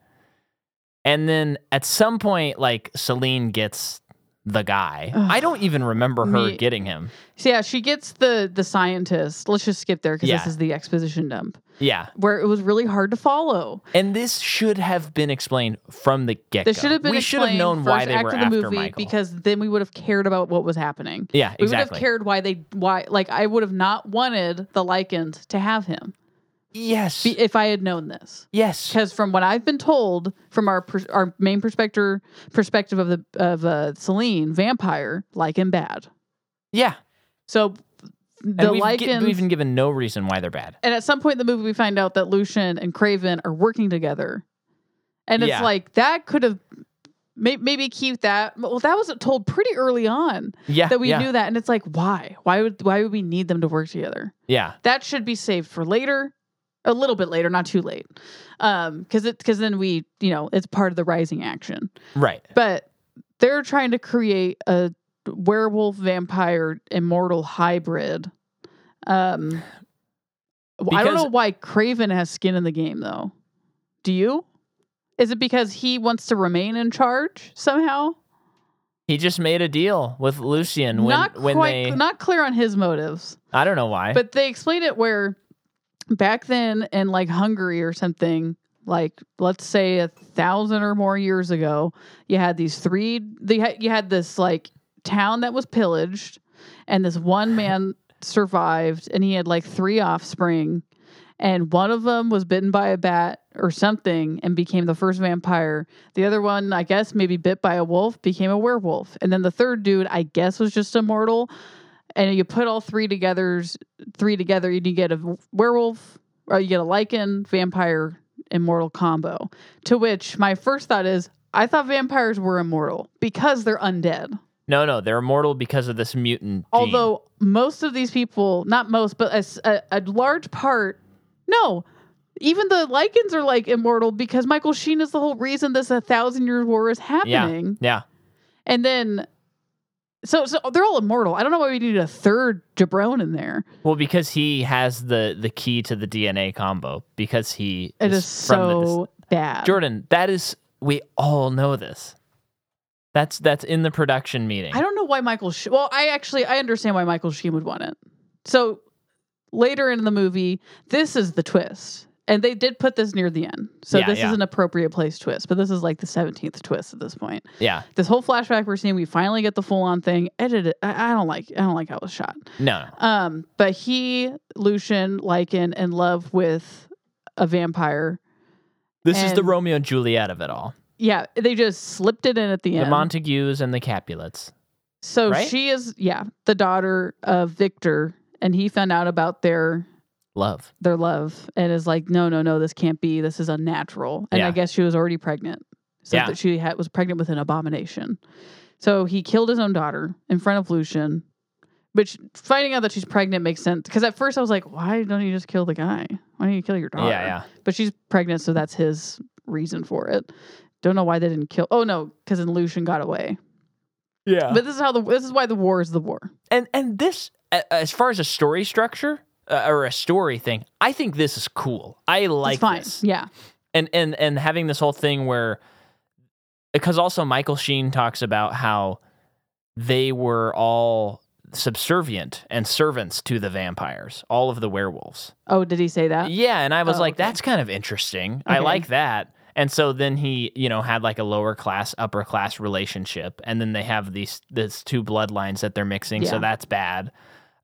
S1: And then at some point, like Celine gets the guy.
S2: Ugh.
S1: I don't even remember her
S2: Me-
S1: getting him.
S2: So yeah, she gets the the scientist. Let's just skip there because
S1: Yeah.
S2: this is the exposition dump
S1: Yeah.
S2: where it was really hard to follow.
S1: And this should have been explained from the get go.
S2: This should have been
S1: we should have
S2: explained
S1: known why
S2: first
S1: they
S2: act
S1: were
S2: of the
S1: after
S2: movie
S1: Michael.
S2: because then we would have cared about what was happening.
S1: yeah,
S2: We would
S1: exactly.
S2: have cared why they why like I would have not wanted the Lycans to have him
S1: yes.
S2: be- if I had known this.
S1: yes.
S2: Because from what I've been told from our per- our main perspective perspective of the of uh, Celine vampire Lycan bad.
S1: Yeah.
S2: So
S1: And
S2: the
S1: we've, gi-
S2: Lycans
S1: we've been given no reason why they're bad.
S2: And at some point in the movie, we find out that Lucian and Craven are working together. And it's
S1: Yeah.
S2: like, that could have may- maybe keep that. Well, that was told pretty early on
S1: Yeah.
S2: that we
S1: yeah,
S2: knew that. And it's like, why? Why would, why would we need them to work together?
S1: Yeah.
S2: That should be saved for later. A little bit later, not too late, um, because it because then we you know it's part of the rising action.
S1: Right.
S2: But they're trying to create a werewolf vampire immortal hybrid. Um I don't
S1: Because-
S2: know why Craven has skin in the game though. Do you? Is it because he wants to remain in charge somehow?
S1: He just made a deal with Lucian when
S2: not
S1: when
S2: quite
S1: they
S2: not clear on his motives.
S1: I don't know why.
S2: But they explained it where back then in like Hungary or something, like let's say a thousand or more years ago, you had these three. They had you had this like town that was pillaged, and this one man survived, and he had like three offspring, and one of them was bitten by a bat or something and became the first vampire. The other one, I guess, maybe bit by a wolf, became a werewolf, and then the third dude, I guess, was just immortal. And you put all three together, three together, and you get a werewolf, or you get a lichen, vampire, immortal combo. To which my first thought is, I thought vampires were immortal because they're undead.
S1: no, no, they're immortal because of this mutant. gene.
S2: Although most of these people, not most, but a s- a, a large part, no, even the Lycans are like immortal because Michael Sheen is the whole reason this a thousand year war is happening.
S1: yeah,
S2: And then, so so they're all immortal. I don't know why we need a third Jabron in there.
S1: well, because he has the the key to the DNA combo because he
S2: It is,
S1: from the,
S2: so bad.
S1: Jordan. That is we all know this. That's that's in the production meeting.
S2: I don't know why Michael. Sh- well, I actually I understand why Michael Sheen would want it. So later in the movie, this is the twist, and they did put this near the end. So
S1: Yeah,
S2: this
S1: yeah.
S2: is an appropriate place twist, but this is like the seventeenth twist at this point.
S1: yeah,
S2: This whole flashback we're seeing, we finally get the full on thing. Edited. I, I don't like. I don't like how it was shot.
S1: no, no.
S2: Um, but he, Lucian, Lycan, in love with a vampire.
S1: this is the
S2: and-
S1: Romeo and Juliet of it all.
S2: Yeah, they just slipped it in at the
S1: The
S2: end.
S1: Montagues and the Capulets.
S2: So
S1: right?
S2: she is, yeah, the daughter of Victor, and he found out about their
S1: Love.
S2: their love and is like, no, no, no, this can't be. This is unnatural. And
S1: Yeah.
S2: I guess she was already pregnant, so
S1: Yeah.
S2: that she had, was pregnant with an abomination. So he killed his own daughter in front of Lucian, which finding out that she's pregnant makes sense because at first I was like, why don't you just kill the guy? Why don't you kill your daughter?
S1: Yeah, yeah.
S2: But she's pregnant, so that's his reason for it. Don't know why they didn't kill. Oh no, because then Lucian got away.
S1: Yeah.
S2: But this is how the this is why the war is the war.
S1: and and this a- as far as a story structure uh, or a story thing i think this is cool i like
S2: it's fine.
S1: this
S2: Yeah.
S1: and and and having this whole thing where because also michael sheen talks about how they were all subservient and servants to the vampires all of the werewolves
S2: Oh, did he say that?
S1: yeah and i was
S2: Oh,
S1: like
S2: okay.
S1: that's kind of interesting i
S2: Okay.
S1: like that and so then he you know had like a lower class upper class relationship and then they have these these two bloodlines that they're mixing so
S2: Yeah.
S1: that's bad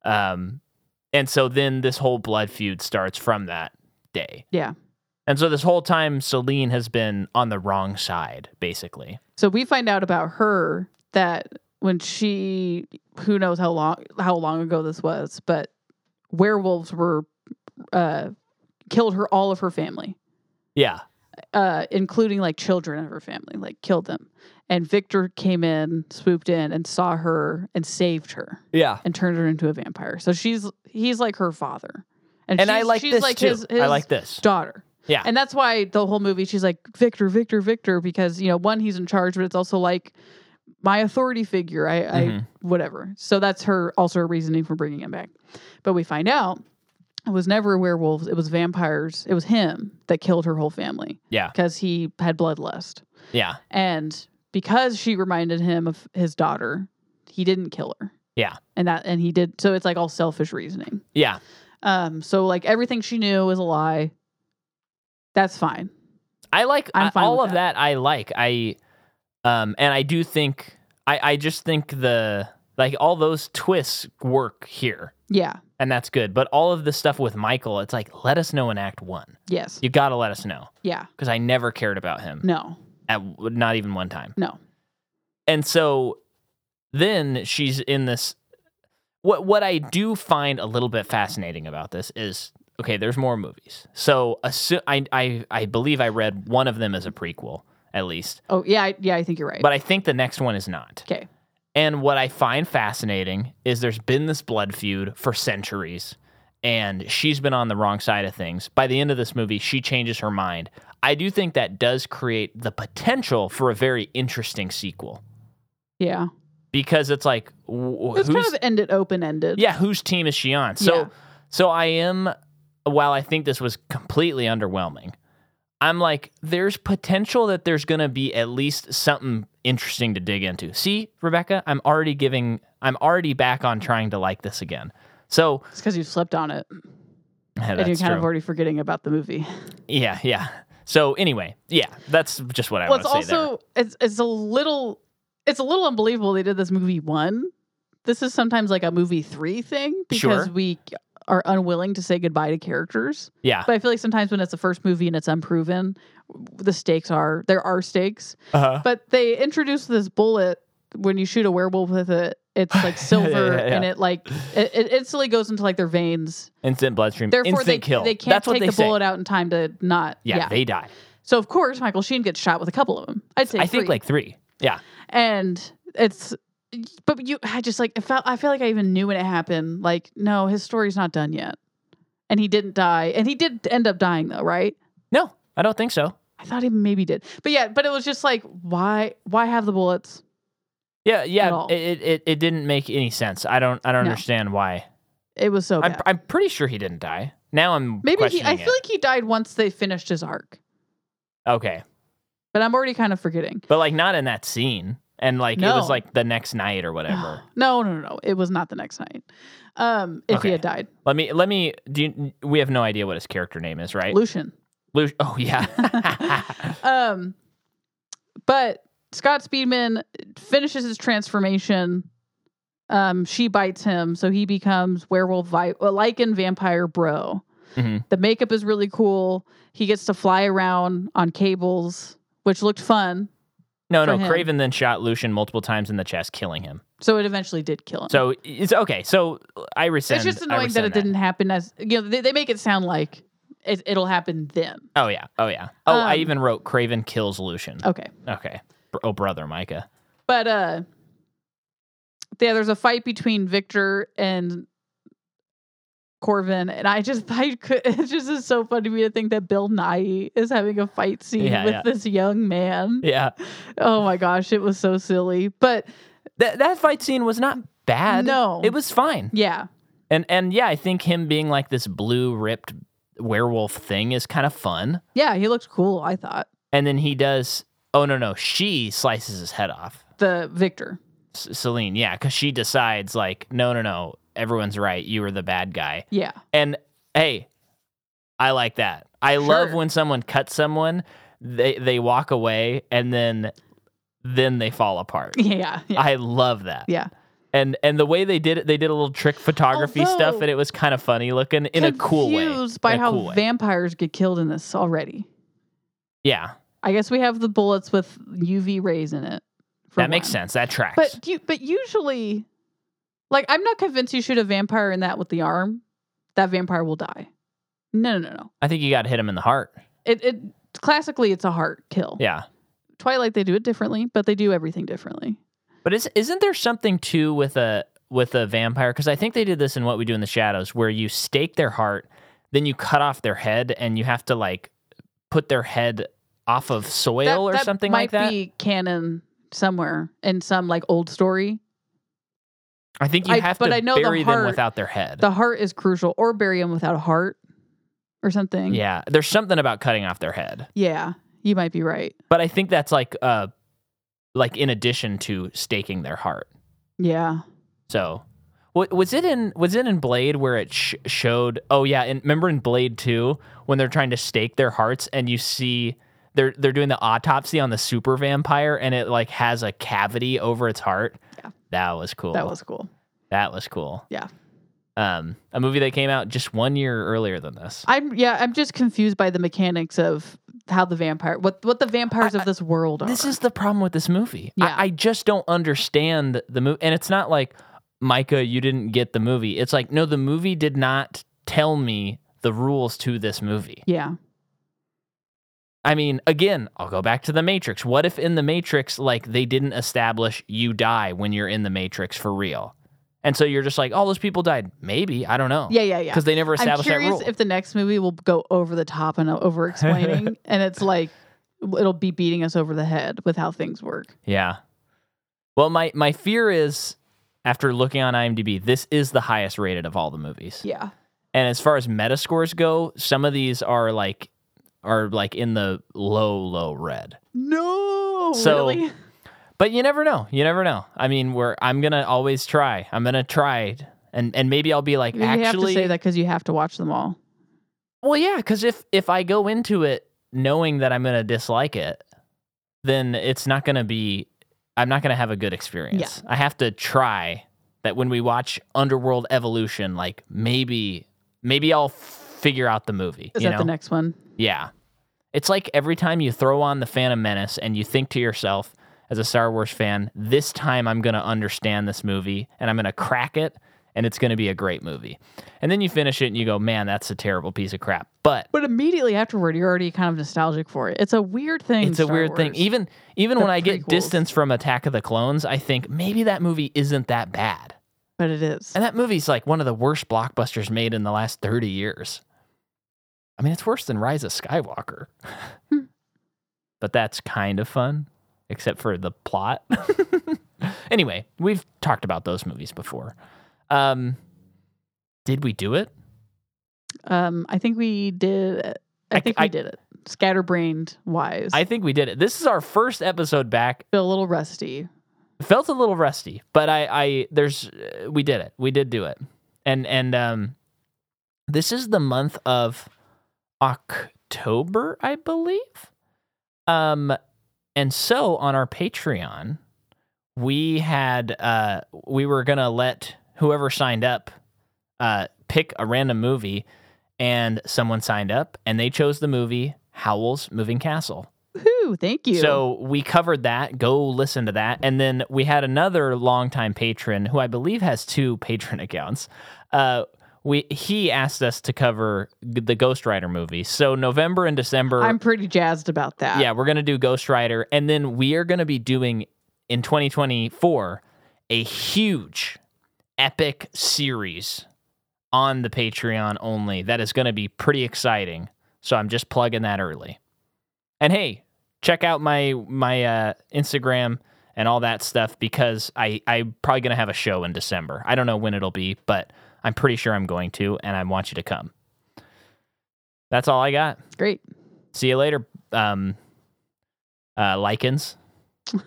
S1: um and so then this whole blood feud starts from that day
S2: Yeah.
S1: and so this whole time celine has been on the wrong side basically
S2: So we find out about her that when she who knows how long how long ago this was, but werewolves were uh killed her all of her family.
S1: yeah
S2: Uh including like children of her family, like killed them. And Victor came in, swooped in and saw her and saved her
S1: yeah
S2: and turned her into a vampire. So she's he's like her father.
S1: and i
S2: she's-
S1: like
S2: she's
S1: this
S2: like
S1: too
S2: his,
S1: i
S2: his
S1: like this
S2: daughter.
S1: Yeah.
S2: And that's why the whole movie she's like Victor, Victor, Victor because you know one he's in charge but it's also like my authority figure. I,
S1: Mhm.
S2: I whatever. So that's her also her reasoning for bringing him back. But we find out it was never werewolves, it was vampires. It was him that killed her whole family
S1: yeah
S2: because he had bloodlust.
S1: yeah
S2: And because she reminded him of his daughter, he didn't kill her.
S1: Yeah.
S2: And that and he did so it's like all selfish reasoning.
S1: Yeah.
S2: Um so like everything she knew was a lie. That's fine.
S1: I like
S2: I'm
S1: I-
S2: fine
S1: all
S2: with
S1: of that. I like I, um, and I do think I I just think the like all those twists work here,
S2: Yeah.
S1: and that's good. But all of the stuff with Michael, it's like let us know in Act One.
S2: Yes.
S1: You gotta let us know
S2: Yeah.
S1: because I never cared about him
S2: No.
S1: at not even one time.
S2: No.
S1: And so then she's in this what what I do find a little bit fascinating about this is okay, there's more movies. So assu- I I I believe I read one of them as a prequel at least,
S2: Oh yeah, I, yeah, I think you're right.
S1: but I think the next one is not.
S2: okay.
S1: And what I find fascinating is there's been this blood feud for centuries and she's been on the wrong side of things. By the end of this movie, she changes her mind. I do think that does create the potential for a very interesting sequel
S2: Yeah.
S1: because it's like wh-
S2: It's
S1: who's
S2: kind of ended open ended.
S1: yeah whose team is she on so
S2: Yeah.
S1: so i am while i think this was completely underwhelming i'm like there's potential that there's gonna be at least something interesting to dig into see rebecca i'm already giving i'm already back on trying to like this again so
S2: It's because you slept on it.
S1: yeah,
S2: and you're
S1: that's
S2: kind
S1: true.
S2: of already forgetting about the movie.
S1: yeah yeah so anyway yeah that's just what i
S2: well,
S1: want to
S2: it's
S1: say there
S2: also it's it's a little it's a little unbelievable they did this movie one. This is sometimes like a movie three thing because
S1: Sure.
S2: we are unwilling to say goodbye to characters.
S1: yeah
S2: But I feel like sometimes when it's the first movie and it's unproven, the stakes are there are stakes.
S1: uh-huh.
S2: But they introduced this bullet when you shoot a werewolf with it. It's like silver
S1: (laughs) yeah, yeah.
S2: and it like it, it instantly goes into like their veins.
S1: instant bloodstream
S2: Therefore,
S1: instant
S2: they,
S1: kill
S2: they can't
S1: that's what
S2: take
S1: they
S2: the
S1: say
S2: bullet out in time to not.
S1: yeah, they die
S2: So of course, Michael Sheen gets shot with a couple of them. I'd say
S1: i think
S2: three.
S1: like three yeah
S2: and it's but you I just like I felt I feel like I even knew when it happened. Like no, his story's not done yet, and he didn't die, and he did end up dying though, right?
S1: no i don't think so
S2: I thought he maybe did, but yeah, but it was just like why why have the bullets?
S1: Yeah, yeah.
S2: all.
S1: It, it it didn't make any sense. I don't I don't
S2: No.
S1: understand why.
S2: It was so
S1: I'm
S2: bad.
S1: I'm pretty sure he didn't die. Now I'm
S2: Maybe he,
S1: questioning
S2: I feel like he died once they finished his arc,
S1: it. okay,
S2: but I'm already kind of forgetting.
S1: but like not in that scene, and like it was
S2: No.
S1: like the next night or
S2: no,
S1: whatever.
S2: (sighs) (gasps) no, no, no. It was not the next night. Um, if
S1: Okay.
S2: he had died,
S1: let me let me. Do you, we have no idea what his character name is, right?
S2: Lucian.
S1: Lu- oh
S2: (laughs)
S1: yeah.
S2: Um, but Scott Speedman finishes his transformation. Um, she bites him, so he becomes werewolf, vi- well, lichen vampire bro.
S1: Mhm.
S2: The makeup is really cool. He gets to fly around on cables, which looked fun.
S1: No, (laughs)
S2: For
S1: no.
S2: him.
S1: Craven then shot Lucian multiple times in the chest, killing him.
S2: So it eventually did kill him.
S1: So it's okay. So I rescind.
S2: it's just
S1: I
S2: annoying that
S1: rescind
S2: it didn't happen as you know. They, they make it sound like it, it'll happen then.
S1: Oh yeah. Oh yeah. Oh, I
S2: Um,
S1: even wrote Craven kills Lucian.
S2: Okay.
S1: Okay. Br- Oh brother, Micah.
S2: But uh yeah, there's a fight between Victor and Corvin, and I just (laughs) I could it just is so funny to me to think that Bill Nye is having a fight scene
S1: Yeah,
S2: with
S1: yeah.
S2: this young man.
S1: Yeah.
S2: Oh my gosh, it was so silly. But
S1: that that fight scene was not bad.
S2: No.
S1: it was fine.
S2: yeah,
S1: And and yeah, I think him being like this blue ripped werewolf thing is kind of fun.
S2: yeah, he looked cool, I thought.
S1: And then he does. Oh no no, she slices his head off.
S2: The Victor.
S1: S- Celine, yeah, because she decides like, no no no, everyone's right. You were the bad guy.
S2: Yeah. (laughs)
S1: And hey, I like that. I love
S2: Sure.
S1: when someone cuts someone. They they walk away and then then they fall apart.
S2: Yeah.
S1: (laughs)
S2: Yeah.
S1: I love that.
S2: yeah.
S1: and and the way they did it, they did a little trick photography stuff,
S2: Although-
S1: and it was kind of funny looking in a cool way.
S2: Confused by
S1: In a
S2: how
S1: cool way.
S2: vampires get killed in this already.
S1: yeah,
S2: I guess we have the bullets with UV rays in it. for
S1: that makes
S2: one.
S1: sense. That tracks.
S2: But do you, but usually, like I'm not convinced you shoot a vampire in that with the arm. That vampire will die. No, no, no, no.
S1: I think you got to hit him in the heart.
S2: It it classically it's a heart kill.
S1: Yeah,
S2: Twilight they do it differently, but they do everything differently.
S1: but is isn't there something too with a with a vampire? Because I think they did this in What We Do in the Shadows, where you stake their heart, then you cut off their head, and you have to like put their head off of soil or something like
S2: might
S1: that.
S2: be canon somewhere in some like old story.
S1: I think you
S2: I-
S1: have
S2: but
S1: to
S2: I know the
S1: bury them
S2: heart-
S1: without their head.
S2: The heart is crucial, or bury him without a heart, or something.
S1: yeah, there's something about cutting off their head.
S2: yeah, you might be right.
S1: But I think that's like uh like in addition to staking their heart.
S2: Yeah.
S1: So, wa- was it in was it in Blade where it sh- showed? Oh yeah, and remember in Blade Two when they're trying to stake their hearts and you see they're they're doing the autopsy on the super vampire and it like has a cavity over its heart.
S2: Yeah.
S1: that was cool.
S2: That was cool.
S1: that was cool.
S2: Yeah.
S1: Um, a movie that came out just one year earlier than this.
S2: I'm yeah, I'm just confused by the mechanics of how the vampire what what the vampires of this world are.
S1: This is the problem with this movie.
S2: Yeah.
S1: I, I just don't understand the movie. And it's not like, Micah, you didn't get the movie. It's like, no, the movie did not tell me the rules to this movie.
S2: yeah.
S1: I mean, again, I'll go back to The Matrix. What if in The Matrix, like, they didn't establish you die when you're in The Matrix for real? And so you're just like, all those people died. Maybe. I don't know.
S2: Yeah, yeah, yeah.
S1: Because they never
S2: I'm
S1: established that
S2: curious
S1: rule.
S2: if the next movie will go over the top
S1: (laughs)
S2: and over explaining and it's like it'll be beating us over the head with how things work.
S1: Yeah. Well, my my fear is after looking on IMDb, this is the highest rated of all the movies.
S2: Yeah.
S1: And as far as meta scores go, some of these are like are like in the low low red.
S2: No.
S1: So-
S2: really?
S1: But you never know. You never know. I mean, we're I'm going to always try. I'm going to try and and maybe I'll be like
S2: You have to
S1: actually
S2: say that because you have to watch them all.
S1: Well, yeah, cuz if if I go into it knowing that I'm going to dislike it, then it's not going to be I'm not going to have a good experience. I have to try that when we watch Underworld Evolution, like maybe maybe I'll figure out the movie,
S2: Is
S1: you
S2: that
S1: know.
S2: the next one?
S1: Yeah. It's like every time you throw on the Phantom Menace and you think to yourself, as a Star Wars fan, this time I'm going to understand this movie and I'm going to crack it and it's going to be a great movie. And then you finish it and you go, man, that's a terrible piece of crap. But
S2: But immediately afterward, you're already kind of nostalgic for it. It's a weird thing. in
S1: it's a
S2: Star
S1: weird thing.
S2: Wars.
S1: Even even
S2: The
S1: when I get
S2: prequels.
S1: distance from Attack of the Clones, I think maybe that movie isn't that bad.
S2: but it is.
S1: And that movie's like one of the worst blockbusters made in the last 30 years. I mean, it's worse than Rise of Skywalker.
S2: Hmm.
S1: but that's kind of fun, except for the plot. (laughs) anyway, we've talked about those movies before. Um, did we do it?
S2: Um, I think we did. uh, I
S1: I-
S2: think
S1: I-
S2: we did it. Scatterbrained wise.
S1: I think we did it. This is our first episode back.
S2: feel a little rusty.
S1: Felt a little rusty, but I, I there's uh, we did it. We did do it. And and um, this is the month of October, I believe. Um, and so on our Patreon, we had uh, we were gonna let whoever signed up uh, pick a random movie, and someone signed up and they chose the movie Howl's Moving Castle.
S2: Woo! Thank you.
S1: So we covered that. Go listen to that. And then we had another longtime patron who I believe has two (laughs) patron accounts. Uh, we he asked us to cover g- the Ghost Rider movie. So November and December.
S2: I'm pretty jazzed about that.
S1: er yeah, we're gonna do Ghost Rider, and then we are gonna be doing in 2024 a huge, epic series on the Patreon only. That is gonna be pretty exciting. So I'm just plugging that early. And hey, check out my my uh, Instagram and all that stuff because I I'm probably gonna have a show in December. I don't know when it'll be, but I'm pretty sure I'm going to, and I want you to come. That's all I got.
S2: Great.
S1: See you later, um, uh, lichens.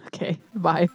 S2: Okay. Bye.